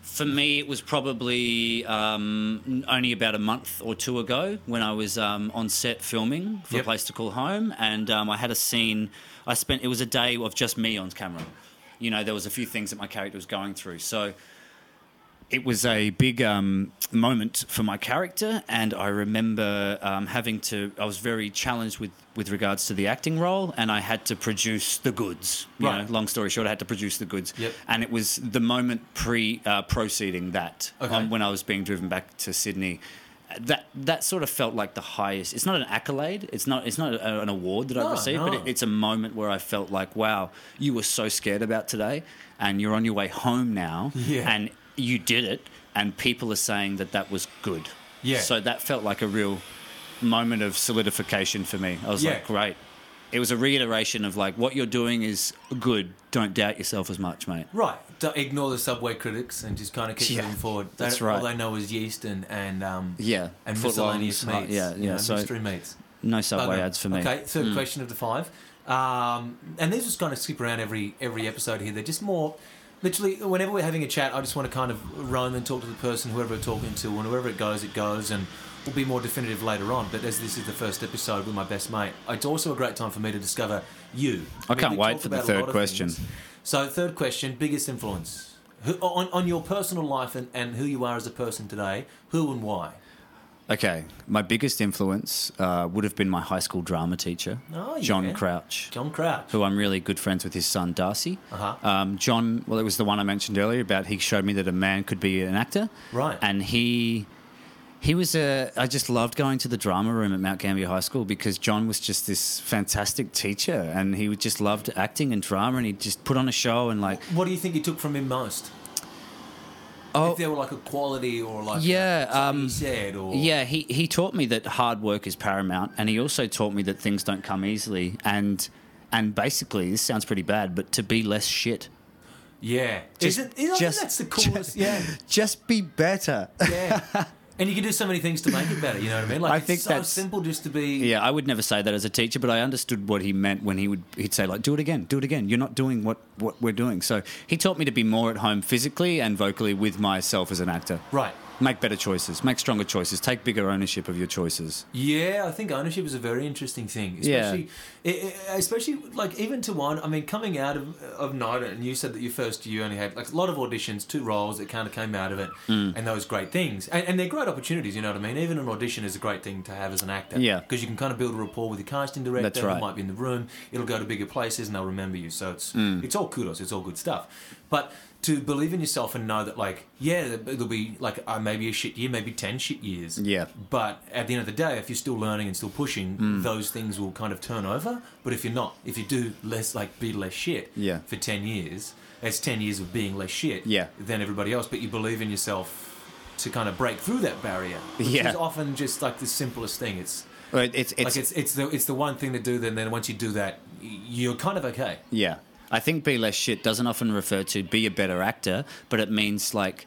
For me, it was probably um, n- only about a month or two ago when I was um, on set filming for
Yep.
a place to call home, and um, I had a scene. I spent it was a day of just me on camera. You know, there was a few things that my character was going through, so it was a big um, moment for my character, and I remember um, having to. I was very challenged with with regards to the acting role, and I had to produce the goods. You
Right.
know, long story short, I had to produce the goods,
Yep.
and it was the moment pre uh, proceeding that
Okay.
um, when I was being driven back to Sydney. That that sort of felt like the highest. It's not an accolade. It's not. It's not a, an award that
No,
I received. But
no.
it, it's a moment where I felt like, wow, you were so scared about today, and you're on your way home now,
Yeah.
and you did it, and people are saying that that was good.
Yeah.
So that felt like a real moment of solidification for me. I was
Yeah.
like, great. It was a reiteration of like what you're doing is good. Don't doubt yourself as much, mate.
Right. do ignore the subway critics and just kind of keep
Yeah,
moving forward. They
that's
don't- All
right.
they know is yeast and and um,
Yeah.
and
Footlongs,
miscellaneous
uh,
meats.
yeah,
you
yeah,
know,
so-
mystery meats.
No subway
Bugger.
ads for me.
Okay, third question of the five, um, and these just kind of skip around every every episode here. They're just more, literally, whenever we're having a chat, I just want to kind of roam and talk to the person, whoever we're talking to, and wherever it goes, it goes, and will be more definitive later on. But as this is the first episode with my best mate, it's also a great time for me to discover you.
I can't
we
wait
talked
for the
about a
third
lot of
question.
things. So, third question: biggest influence who, on, on your personal life and, and who you are as a person today. Who and why?
Okay, my biggest influence uh, would have been my high school drama teacher,
Oh,
John
yeah.
Crouch,
John Crouch.
who I'm really good friends with his son Darcy.
Uh-huh.
Um, John, well, it was the one I mentioned earlier about he showed me that a man could be an actor.
Right.
And he. He was a. I just loved going to the drama room at Mount Gambier High School because John was just this fantastic teacher, and he would just loved acting and drama, and he just put on a show and like
What do you think you took from him most?
oh
If there were like a quality or like
Yeah,
something
um,
he said or
Yeah, he, he taught me that hard work is paramount, and he also taught me that things don't come easily. And and basically, this sounds pretty bad, but to be less shit,
yeah.
Just-
Isn't, you know,
just-
that's the coolest? yeah,
just be better.
yeah. and you can do so many things to make it better. You know what I mean? Like
I
it's
think
so
that's-
simple just to be.
yeah, I would never say that as a teacher, but I understood what he meant when he would he'd say like, "Do it again, do it again. You're not doing what what we're doing." So he taught me to be more at home physically and vocally with myself as an actor.
Right.
Make better choices, make stronger choices, take bigger ownership of your choices.
Yeah, I think ownership is a very interesting thing,
Yeah.
especially, e- e- especially like even to one. I mean, coming out of of night, and you said that your first year only had like a lot of auditions, two roles that kind of came out of it,
Mm.
and those great things, and, and they're great opportunities. You know what I mean? Even an audition is a great thing to have as an actor,
Yeah.
because you can kind of build a rapport with your casting director.
That's
who
right.
might be in the room. It'll go to bigger places, and they'll remember you. So it's
Mm.
it's all kudos. It's all good stuff, but. To believe in yourself and know that, like, yeah, there'll be like uh, maybe a shit year, maybe ten shit years,
Yeah.
but at the end of the day, if you're still learning and still pushing,
Mm.
those things will kind of turn over. But if you're not, if you do less, like be less shit
Yeah.
for 10 years, that's 10 years of being less shit
Yeah.
than everybody else. But you believe in yourself to kind of break through that barrier, which
Yeah.
is often just like the simplest thing. It's
But It's, it's,
like it's it's the it's the one thing to do. Then then once you do that, y- you're kind of okay.
Yeah. I think be less shit doesn't often refer to be a better actor, but it means like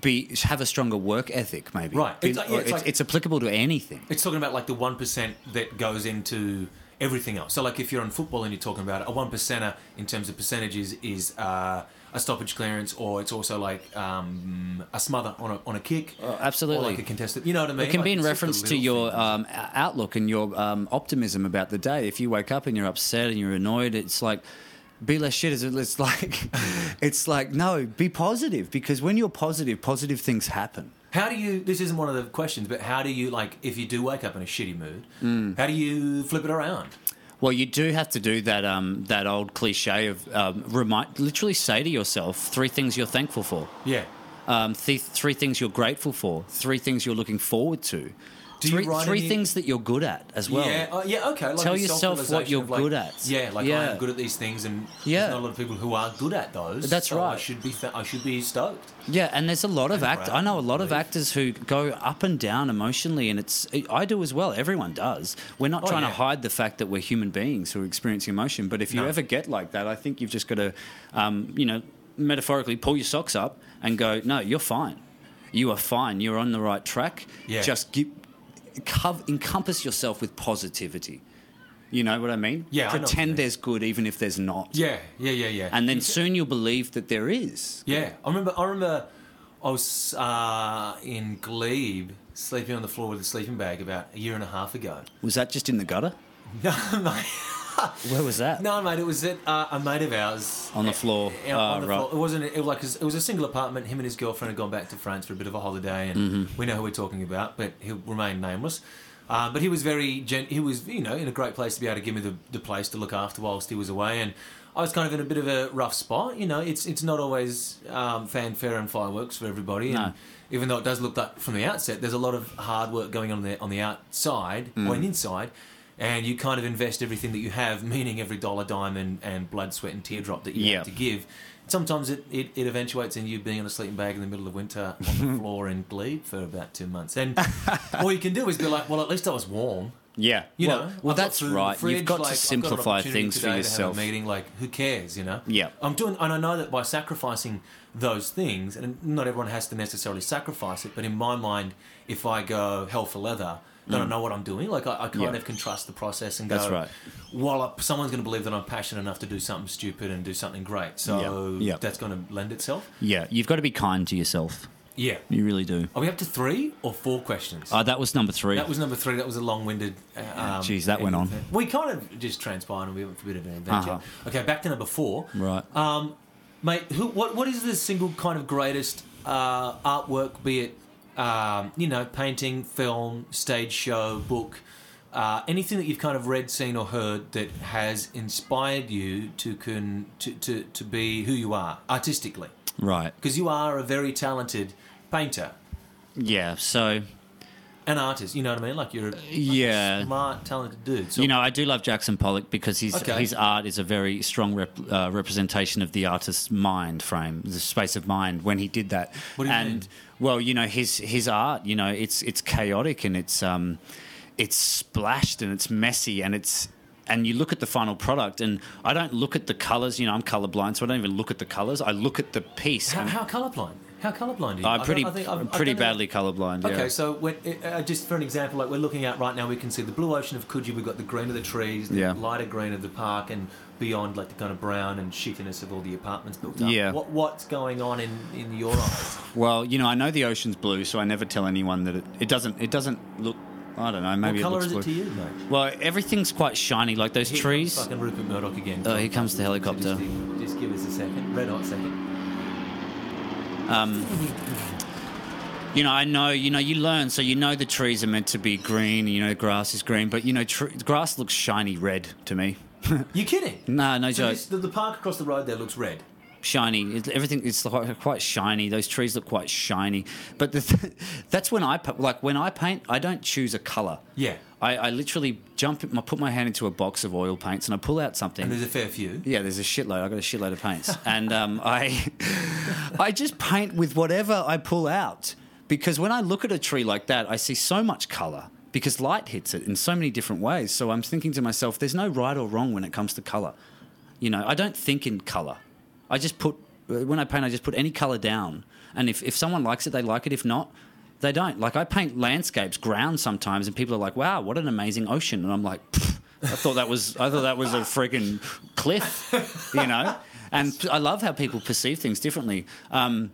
be have a stronger work ethic, maybe.
Right.
Be-
It's like- yeah,
or
it's
it's,
like-
it's applicable to anything.
It's talking about like the one percent that goes into everything else. So like if you're in football and you're talking about it, a one percenter in terms of percentages is uh, a stoppage clearance, or it's also like um, a smother on a on a kick,
Oh, absolutely.
or like a contested. You know what I mean?
It can
Like,
be in
it's just
reference
the
to
little
your
things.
um, o- outlook and your um, optimism about the day. If you wake up and you're upset and you're annoyed, it's like be less shit. Is It's like it's like no, be positive because when you're positive, positive things happen.
How do you? This isn't one of the questions, but how do you like if you do wake up in a shitty mood?
Mm.
How do you flip it around?
Well, you do have to do that um, that old cliche of um, remind, literally say to yourself three things you're thankful for.
Yeah.
um, th- three things you're grateful for, three things you're looking forward to,
Do you
three,
write
three
any-
things that you're good at as well.
yeah, oh, yeah, okay. Like
Tell
the
yourself what
self-realization
you're
of, like,
good at.
Yeah, like I
Yeah.
am good at these things, and
Yeah.
there's not a lot of people who are good at those.
That's
so I
right.
should be, th- I should be stoked.
Yeah, and there's a lot of act.
right,
I know a lot of
believe.
actors who go up and down emotionally, and it's I do as well. Everyone does. We're not
Oh,
trying
yeah.
to hide the fact that we're human beings who are experiencing emotion. But if you
No.
ever get like that, I think you've just got to, um, you know, metaphorically pull your socks up and go, no, you're fine. You are fine. You're on the right track.
Yeah.
Just give, cov- encompass yourself with positivity. You know what I mean?
Yeah, I know what you mean.
Pretend there's good even if there's not.
Yeah, yeah, yeah, yeah.
And then soon you'll believe that there is.
yeah, I remember. I remember. I was uh, in Glebe, sleeping on the floor with a sleeping bag about a year and a half ago.
Was that just in the gutter?
No, mate.
Where was that?
No, mate. It was at uh, a mate of ours
On the floor.
Yeah, on
Ah,
the
right.
floor. It wasn't. It was like it was a single apartment. Him and his girlfriend had gone back to France for a bit of a holiday, and
Mm-hmm.
we know who we're talking about, but he'll remain nameless. Uh, but he was very. Gen- he was, you know, in a great place to be able to give me the, the place to look after whilst he was away, and I was kind of in a bit of a rough spot. You know, it's it's not always um, fanfare and fireworks for everybody. and
No.
even though it does look like from the outset, there's a lot of hard work going on there on the outside
Mm.
or on the inside, and you kind of invest everything that you have, meaning every dollar, dime, and, and blood, sweat, and teardrop that you
Yeah.
have to give. Sometimes it, it, it eventuates in you being in a sleeping bag in the middle of winter on the floor in Glebe for about two months. And all you can do is be like, well, at least I was warm.
Yeah.
You
well,
know, I've
well
got
that's
food in the
right.
fridge,
You've got
like,
to
I've an
simplify
opportunity
things for
today to have a
yourself.
meeting, like who cares, you know?
Yeah.
I'm doing, and I know that by sacrificing those things, and not everyone has to necessarily sacrifice it, but in my mind, if I go hell for leather, then I know what I'm doing. Like I, I kind
Mm. Yeah.
of can trust the process and go.
That's right.
Well, I, someone's going to believe that I'm passionate enough to do something stupid and do something great, so
Yeah. Yeah.
that's going to lend itself.
Yeah, you've got to be kind to yourself.
Yeah.
You really do.
Are we up to three or four questions?
Uh, that was number three.
that was number three. That was a long-winded. uh, Um,
Jeez, that went on.
We kind of just transpired and we went for a bit of an adventure.
Uh-huh.
Okay, back to number four.
Right.
Um, mate, who, what, what is the single kind of greatest uh, artwork, be it, um, you know, painting, film, stage show, book, uh, anything that you've kind of read, seen, or heard that has inspired you to, con- to, to, to be who you are artistically?
right.
Because you are a very talented painter,
Yeah. So,
an artist, you know what I mean? Like you're a
yeah.
smart, talented dude. So,
You know, I do love Jackson Pollock because his
Okay.
his art is a very strong rep, uh, representation of the artist's mind frame, the space of mind. When he did that,
What do you
and
mean?
well, you know, his his art, you know, it's it's chaotic and it's um, it's splashed and it's messy and it's and you look at the final product and I don't look at the colors. You know, I'm colorblind, so I don't even look at the colors. I look at the piece.
how,
and
how colorblind? How colorblind are you? I
Mm. I'm
don't-
pretty
I think I've-
I'm
I've
pretty
done that-
badly colorblind.
Okay,
yeah.
so when, uh, just for an example, like we're looking at right now, we can see the blue ocean of Coogee. We've got the green of the trees, the
Yeah.
lighter green of the park, and beyond, like the kind of brown and shittiness of all the apartments built up.
Yeah.
What, what's going on in, in your eyes?
Well, you know, I know the ocean's blue, so I never tell anyone that it, it doesn't. It doesn't look. I don't know. Maybe
what
it
colour
looks
is
blue.
it to you, mate?
Well, everything's quite shiny, like those
Here comes
trees.
Fucking Rupert Murdoch again.
Oh, here comes
So
the helicopter.
Just, just give us a second. Red hot second.
You know, I know. You know, you learn, so you know the trees are meant to be green. You know, grass is green, but you know, tr- grass looks shiny red to me.
You're kidding?
No, no
So
joke.
this, the, the park across the road there looks red.
shiny. It, everything it's quite, quite shiny. Those trees look quite shiny. But the th- that's when I pa- like when I paint, I don't choose a color.
Yeah.
I, I literally jump. I put my hand into a box of oil paints and I pull out something.
And there's a fair few.
Yeah, there's a shitload. I got a shitload of paints, and um, I, I just paint with whatever I pull out because when I look at a tree like that, I see so much color because light hits it in so many different ways. So I'm thinking to myself, there's no right or wrong when it comes to color. You know, I don't think in color. I just put when I paint, I just put any color down, and if if someone likes it, they like it. If not. They don't like. I paint landscapes, ground sometimes, and people are like, "Wow, what an amazing ocean!" And I'm like, "Pfft, "I thought that was, I thought that was a freaking cliff," you know. And I love how people perceive things differently. Um,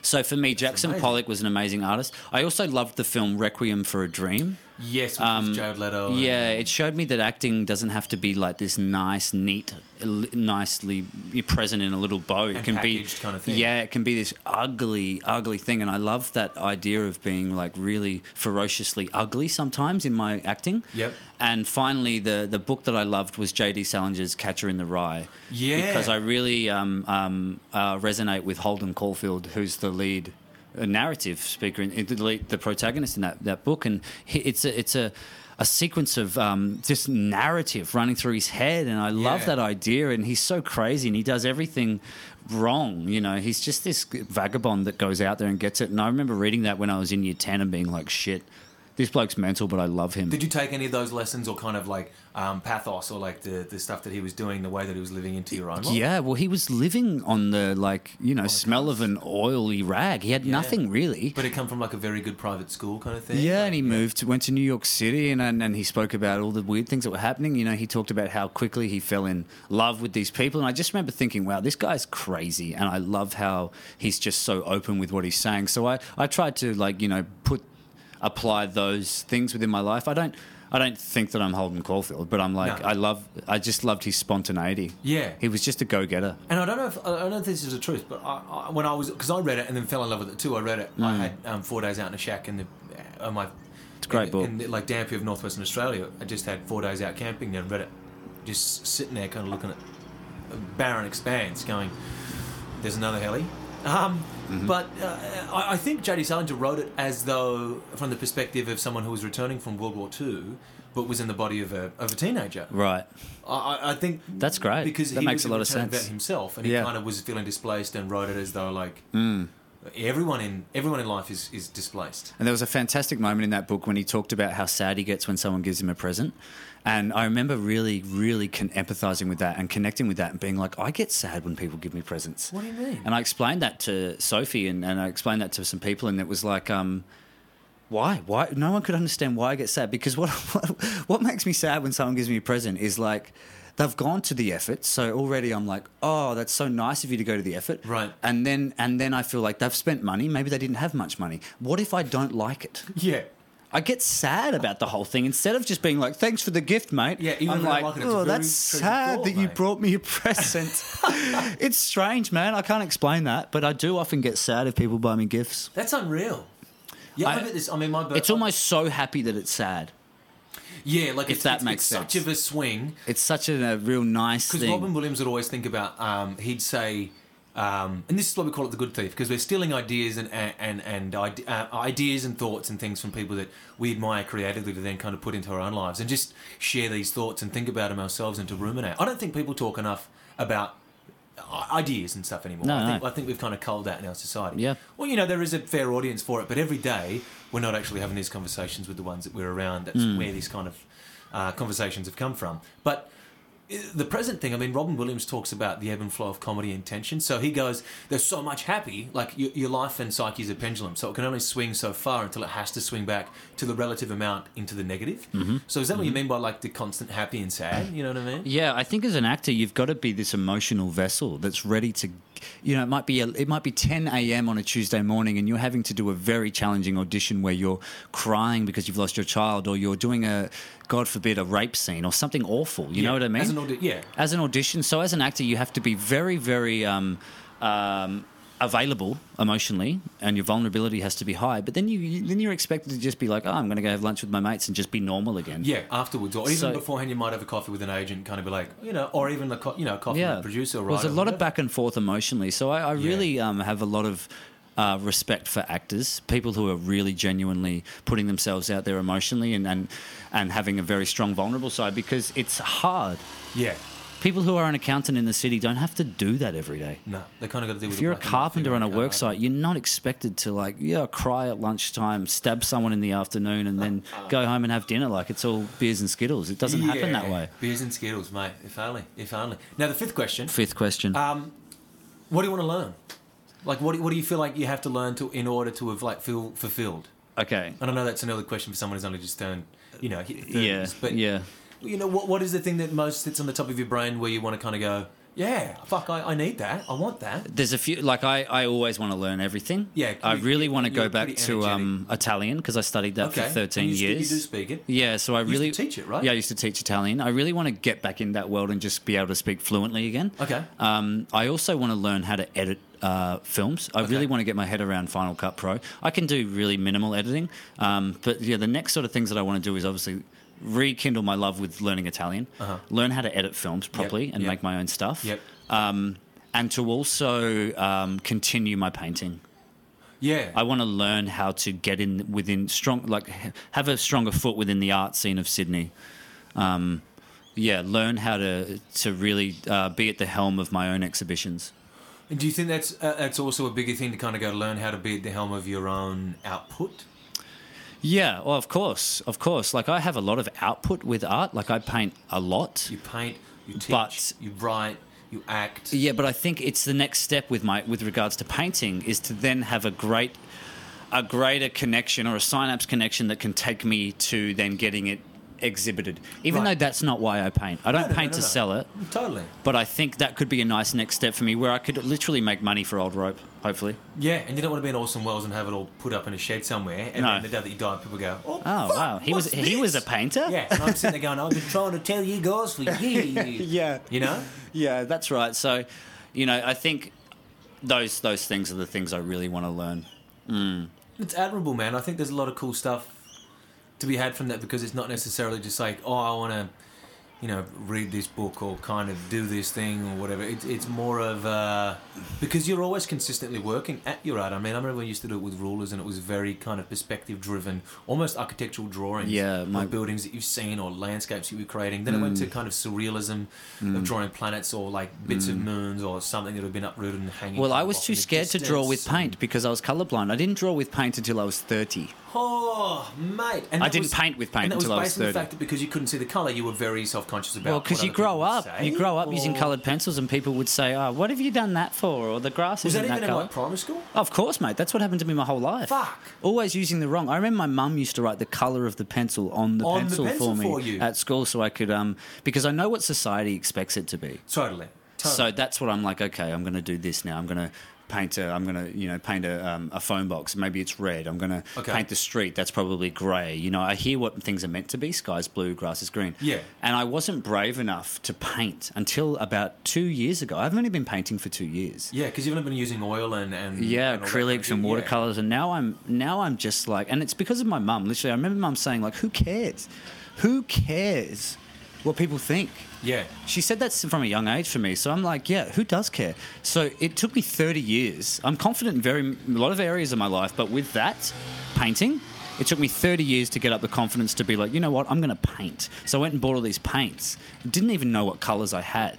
so for me, Jackson
amazing.
Pollock was an amazing artist. I also loved the film Requiem for a Dream.
Yes, which was Jared Leto. and-
Um, Yeah, it showed me that acting doesn't have to be like this nice, neat, l- nicely present in a little bow. It
And
can be
packaged kind of thing.
Yeah, it can be this ugly, ugly thing. And I love that idea of being like really ferociously ugly sometimes in my acting.
Yep.
And finally, the the book that I loved was J.D. Salinger's Catcher in the Rye.
Yeah.
Because I really um, um, uh, resonate with Holden Caulfield, who's the lead uh, narrative speaker in, in the, lead, the protagonist in that, that book, and he, it's a it's a a sequence of um, just narrative running through his head, and I love
Yeah.
that idea. And he's so crazy, and he does everything wrong. You know, he's just this vagabond that goes out there and gets it. And I remember reading that when I was in year ten and being like, "Shit, this bloke's mental," but I love him.
Did you take any of those lessons or kind of like um, pathos or like the, the stuff that he was doing, the way that he was living into your own life?
Yeah, well, he was living on the like you know smell of an oily rag. He had nothing really.
Oh, But it come from like a very good private school kind of thing?
Yeah, and
Like-
he moved, went to New York City, and, and and he spoke about all the weird things that were happening. You know, he talked about how quickly he fell in love with these people, and I just remember thinking, wow, this guy's crazy, and I love how he's just so open with what he's saying. So I I tried to like you know put apply those things within my life. I don't. I don't think that I'm Holden Caulfield, but I'm like
No.
I love. I just loved his spontaneity.
Yeah.
he was just a go-getter.
And I don't know if I don't know if this is the truth, but I, I, when I was because I read it and then fell in love with it too. I read it. I had um, four days out in a shack in the uh, my it's
Mm. a great
in,
book.
in, like Dampier of Northwestern Australia. I just had four days out camping there and read it, just sitting there kind of looking at a barren expanse, going, "There's another heli." Um,
Mm-hmm.
But uh, I, I think J.D. Salinger wrote it as though from the perspective of someone who was returning from World War II, but was in the body of a of a teenager.
Right.
I- I, I think
That's great.
because
That
he
makes
was
a lot of
return
sense.
vet himself, and he
Yeah. Mm.
kind of was feeling displaced and wrote it as though like everyone in everyone in life is, is displaced.
And there was a fantastic moment in that book when he talked about how sad he gets when someone gives him a present. And I remember really, really con- empathizing with that and connecting with that and being like, I get sad when people give me presents.
What do you mean?
And I explained that to Sophie and, and I explained that to some people, and it was like, um, why? Why? No one could understand why I get sad because what, what what makes me sad when someone gives me a present is like they've gone to the effort. So already I'm like, oh, that's so nice of you to go to the effort.
Right.
And then and then I feel like they've spent money. Maybe they didn't have much money. What if I don't like it?
Yeah.
I get sad about the whole thing instead of just being like, "Thanks for the gift, mate."
Yeah, even
I'm
though I
like,
like it, it's a
"Oh,
very
that's
treasured
sad
thought,
that you
mate."
brought me a present." it's strange, man. I can't explain that, but I do often get sad if people buy me gifts.
That's unreal. Yeah, I,
I-
get this. I mean, my
It's almost so happy that it's sad.
yeah, like
if
it's,
that
it's,
makes
it's
sense.
such of a swing
It's such a, a real nice
because
thing.
Robin Williams would always think about. Um, he'd say, um, and this is why we call it the good thief because we're stealing ideas and and and, and ide- uh, ideas and thoughts and things from people that we admire creatively to then kind of put into our own lives and just share these thoughts and think about them ourselves and to ruminate. I don't think people talk enough about i- ideas and stuff anymore.
No,
I, think,
no.
I think we've kind of culled that in our society.
Yeah.
Well, you know, there is a fair audience for it, but every day we're not actually having these conversations with the ones that we're around. That's
Hmm.
where these kind of uh, conversations have come from. But uh, the present thing, I mean, Robin Williams talks about the ebb and flow of comedy and tension. So he goes, "There's so much happy, like your, your life and psyche is a pendulum, so it can only swing so far until it has to swing back to the relative amount into the negative."
Mm-hmm.
So is that what you mean by like the constant happy and sad? You know what I mean?
Yeah, I think as an actor, you've got to be this emotional vessel that's ready to, you know, it might be a, it might be 10 a.m. on a Tuesday morning, and you're having to do a very challenging audition where you're crying because you've lost your child, or you're doing a, God forbid, a rape scene or something awful. You know what I mean?
As an audi- yeah.
as an audition. So as an actor, you have to be very, very um, um, available emotionally, and your vulnerability has to be high. But then you- you then you're expected to just be like, oh, I'm going to go have lunch with my mates and just be normal again.
Yeah, afterwards, or even
So-
beforehand, you might have a coffee with an agent, kind of be like, you know, or even a co- you know, a coffee with a producer. Or
Well, there's
writer
a
or
lot of
whatever.
back and forth emotionally. So I, I really um, have a lot of uh, respect for actors, people who are really genuinely putting themselves out there emotionally and, and, and having a very strong, vulnerable side because it's hard.
Yeah,
People who are an accountant in the city don't have to do that every day.
no, they kind of got to deal with.
If you're a
black and white
carpenter
thing
on a
they can't
work
hide.
site, you're not expected to like, yeah, cry at lunchtime, stab someone in the afternoon, and then go home and have dinner. Like it's all beers and skittles. It doesn't happen that
Yeah.
way.
Beers and skittles, mate. If only, if only. Now the fifth question:
Fifth question.
um, What do you want to learn? Like, what do, what do you feel like you have to learn to in order to have like feel fulfilled?
okay.
And I know that's another question for someone who's only just turned, you know, hit thirties,
Yeah.
uh, But
yeah.
you know, what what is the thing that most sits on the top of your brain where you want to kind of go, yeah, fuck, I, I need that, I want that.
there's a few like I, I always want to learn everything.
Yeah,
I
you-
really want to
you're
go back
pretty
to um, Italian because I studied that
Okay,
for 13
And you speak-
years.
you do speak it.
Yeah, so I
to
really
teach it, right?
Yeah, I used to teach Italian. I really want to get back in that world and just be able to speak fluently again.
Okay.
Um, I also want to learn how to edit uh, films. I really want to get my head around Final Cut Pro. I can do really minimal editing, um, but yeah, the next sort of things that I want to do is obviously rekindle my love with learning Italian, learn how to edit films properly, and
Uh-huh. yep.
make my own stuff.
Yep.
Um, and to also um, continue my painting.
Yeah.
I want to learn how to get in within strong, like ha- have a stronger foot within the art scene of Sydney. Um, yeah, learn how to to really uh, be at the helm of my own exhibitions.
and do you think that's uh, that's also a bigger thing to kind of go learn how to be at the helm of your own output?
Yeah, well, of course, of course. Like I have a lot of output with art. Like I paint a lot.
You paint, you teach,
But-
you write, you act.
Yeah, but I think it's the next step with my with regards to painting is to then have a great a greater connection or a synapse connection that can take me to then getting it exhibited. Even
Right.
though that's not why I paint. I don't
no,
paint
no,
to
no.
sell it,
Totally.
but I think that could be a nice next step for me where I could literally make money for old rope, hopefully.
Yeah, and you don't want to be in Orson Welles and have it all put up in a shed somewhere, and
No.
then the day that you die, people go, "Oh,
Oh,
fuck,
wow. He was
what's
he was a
this?"
painter?
Yeah, and I'm sitting there going, "I've been trying to tell you guys for years."
Yeah.
You know,
Yeah, that's right. So, you know, I think those those things are the things I really want to learn.
it's admirable, man. I think there's a lot of cool stuff to be had from that because it's not necessarily just like, "Oh, I want to." You know, read this book or kind of do this thing or whatever. It's it's more of uh, because you're always consistently working at your art. I mean, I remember when I used to do it with rulers, and it was very kind of perspective driven, almost architectural drawings.
Yeah,
of
my- Mm.
buildings that you've seen or landscapes you were creating. Then it went to kind of surrealism of drawing planets or like bits of moons or something that have been uprooted and hanging.
Mm. Well, I
kind of
was
off
too
in the
scared to draw with
distance.
paint because I was colorblind. I didn't draw with paint until I was 30.
Oh, mate! And
I
that
didn't paint with paint
and that
until
was
I was
based on the
30.
fact that because you couldn't see the color, you were very self-conscious about.
Well, because
what
you
other
grow
people would
up,
say,
you grow up using
or-
coloured pencils, and people would say, "Oh, what have you done that for?" Or the grass
Was
isn't
that even in
colour.
like primary school?
Of course, mate. That's what happened to me my whole life.
Fuck.
Always using the wrong. I remember my mum used to write the colour of the pencil on the,
On the
pencil,
pencil
for me
for you.
at school, so I could um because I know what society expects it to be.
Totally. totally.
So that's what I'm like. Okay, I'm going to do this now. I'm going to paint a. I'm going to you know paint a um, a phone box. Maybe it's red. I'm going to
Okay.
paint the street. That's probably grey. You know, I hear what things are meant to be. Sky's blue, grass is green.
Yeah.
And I wasn't brave enough to paint until about two years ago. I've only been painting for two years.
yeah, because you've only been using oil and and
Yeah,
and all that kind of
acrylics
shit.
and
Yeah.
watercolors, and now I'm now I'm just like, and it's because of my mum. Literally, I remember mum saying like, "Who cares? Who cares what people think?"
Yeah.
She said that's from a young age for me, so I'm like, yeah, who does care? So it took me 30 years. I'm confident in very a lot of areas of my life, but with that painting, it took me 30 years to get up the confidence to be like, you know what, I'm going to paint. So I went and bought all these paints. Didn't even know what colors I had.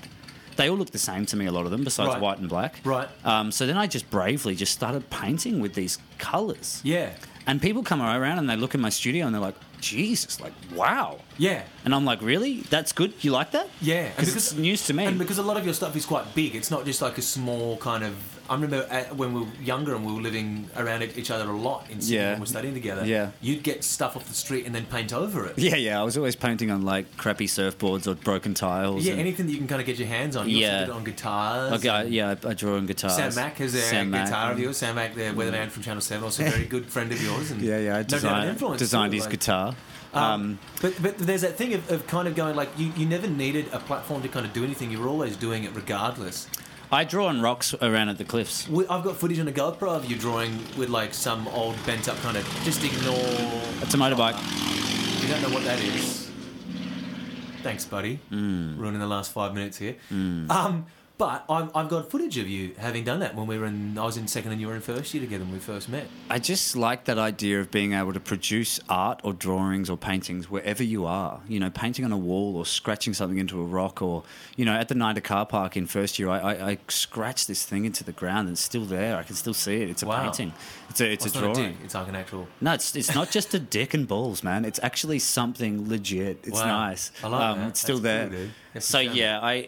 They all looked the same to me, a lot of them, besides
Right.
white and black.
Right.
Um, so then I just bravely just started painting with these colors.
Yeah.
And people come around and they look in my studio and they're like, Jesus, like, wow.
Yeah.
And I'm like, really? That's good? You like that?
Yeah, and
Because
because-
it's news to me.
And because a lot of your stuff is quite big, it's not just like a small kind of. I remember uh, when we were younger and we were living around e- each other a lot in Sydney
Yeah.
when we were studying together.
Yeah.
you'd get stuff off the street and then paint over it.
yeah, yeah. I was always painting on like crappy surfboards or broken tiles.
Yeah,
and-
anything that you can kind of get your hands on. You
Yeah.
also did it on guitars.
Like, I, yeah, I, I draw on guitars.
Sam Mack has a
Sam Mack. mm.
guitar of yours. Sam Mack, the weatherman from Channel Seven, also a very good friend of yours. And
Yeah, yeah. I
no doubt an
designed,
influence
designed
too,
his
like-
guitar.
Um,
Um,
but but there's that thing of, of kind of going like you, you never needed a platform to kind of do anything. You were always doing it regardless.
I draw on rocks around at the cliffs.
We, I've got footage on a GoPro of you drawing with like some old bent up kind of just ignore.
It's a motorbike.
You don't know what that is. Thanks, buddy. Ruining the last five minutes here. Um, but I've, I've got footage of you having done that when we were in. I was in second and you were in first year together when we first met.
I just like that idea of being able to produce art or drawings or paintings wherever you are. You know, painting on a wall or scratching something into a rock, or you know, at the Nida car park in first year, I, I, I scratched this thing into the ground and it's still there. I can still see it. It's a
Wow.
painting. It's a it's,
It's
a
not
drawing.
a dick. It's like an actual.
No, it's, it's not just a dick and balls, man. It's actually something legit. It's
Wow.
nice. Um,
I like that.
It's still
That's
there.
cool, dude. That's
so
a shame.
yeah, I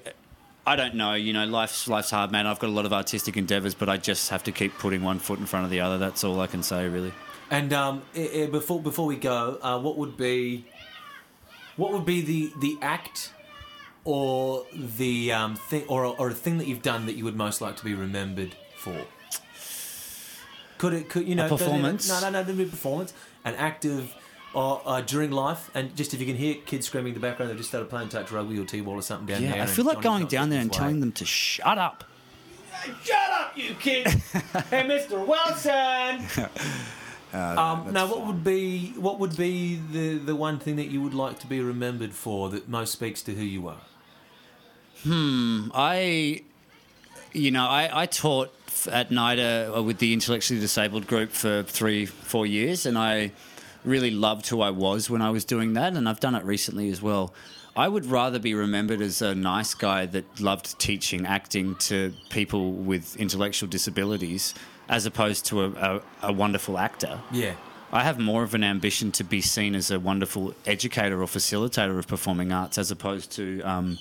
I don't know. You know, life's life's hard, man. I've got a lot of artistic endeavors, but I just have to keep putting one foot in front of the other. That's all I can say, really.
And um, eh, eh, before before we go, uh, what would be what would be the the act or the um, thing or or a thing that you've done that you would most like to be remembered for? Could it could you know it doesn't even-
performance?
No, no, no, it doesn't be a performance. An act of uh, uh, during life, and just if you can hear kids screaming in the background, they've just started playing touch rugby or t-ball or something down
Yeah,
there.
I
and
feel like
Johnny's
going
not getting
down there and
his way.
telling them to shut up.
Shut up, you kid! hey, Mr. Wilson. um, now, what would be what would be the the one thing that you would like to be remembered for that most speaks to who you are?
I, you know, I, I taught f- at NIDA uh, with the intellectually disabled group for three, four years, and I really loved who I was when I was doing that, and I've done it recently as well. I would rather be remembered as a nice guy that loved teaching acting to people with intellectual disabilities as opposed to a, a, a wonderful actor.
Yeah,
I have more of an ambition to be seen as a wonderful educator or facilitator of performing arts as opposed to um,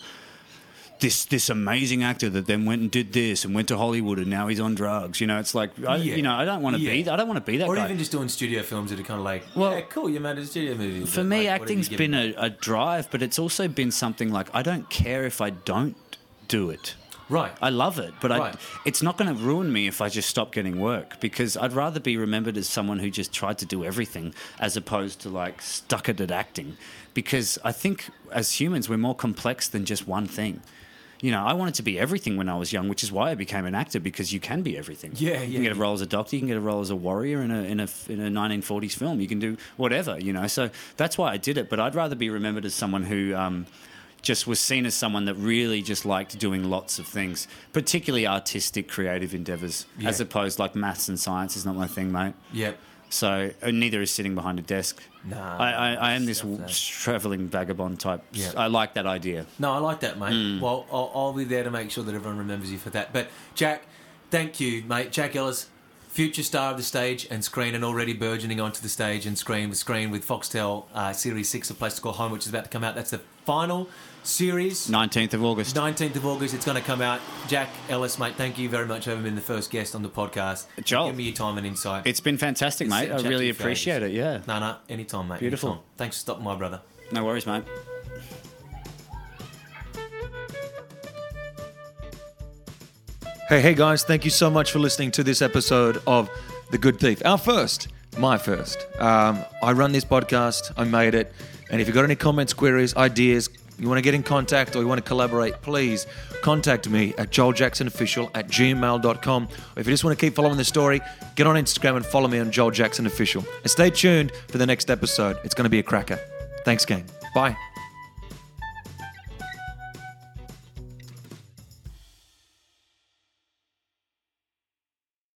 this this amazing actor that then went and did this and went to Hollywood and now he's on drugs. You know, it's like I,
Yeah.
you know I don't want to be
Yeah.
I don't want to be that
or
guy.
even just doing studio films that are kind of like,
Well-
yeah, cool, you made a studio movie.
For me, acting's been a, a drive, but it's also been something like I don't care if I don't do it.
right.
I love it, but
Right.
I, it's not going to ruin me if I just stop getting work because I'd rather be remembered as someone who just tried to do everything as opposed to like stuck it at acting. Because I think as humans, we're more complex than just one thing. You know, I wanted to be everything when I was young, which is why I became an actor because you can be everything.
Yeah, yeah,
You can get a
yeah.
role as a doctor, you can get a role as a warrior in a, in a, in a 1940s film, you can do whatever, you know. So that's why I did it, but I'd rather be remembered as someone who. Um, just was seen as someone that really just liked doing lots of things, particularly artistic, creative endeavors,
Yeah.
as opposed like maths and science is not my thing, mate.
yeah,
So and neither is sitting behind a desk.
Nah,
I, I, I am this
stuff that.
traveling vagabond type.
Yeah.
I like that idea.
No, I like that, mate.
Mm.
Well, I'll, I'll be there to make sure that everyone remembers you for that. But Jack, thank you, mate. Jack Ellis, future star of the stage and screen, and already burgeoning onto the stage and screen with screen with Foxtel uh, Series Six of Place to Call Home, which is about to come out. That's the final series.
19th of August.
19th of August, it's going to come out. Jack Ellis, mate, thank you very much for having been the first guest on the podcast.
Joel.
Give me your time and insight.
It's been fantastic, mate.
Chat
I
to
really
your fans.
appreciate it. Yeah.
No, no, anytime, mate.
Beautiful.
anytime. Thanks for stopping my brother.
No worries, mate.
Hey, hey guys, thank you so much for listening to this episode of The Good Thief. Our first, my first. Um, I run this podcast, I made it. And if you've got any comments, queries, ideas, you want to get in contact or you want to collaborate, please contact me at joeljacksonofficial at gmail.com. Or if you just want to keep following the story, get on Instagram and follow me on Joel Jackson Official. And stay tuned for the next episode. It's going to be a cracker. Thanks, gang. Bye.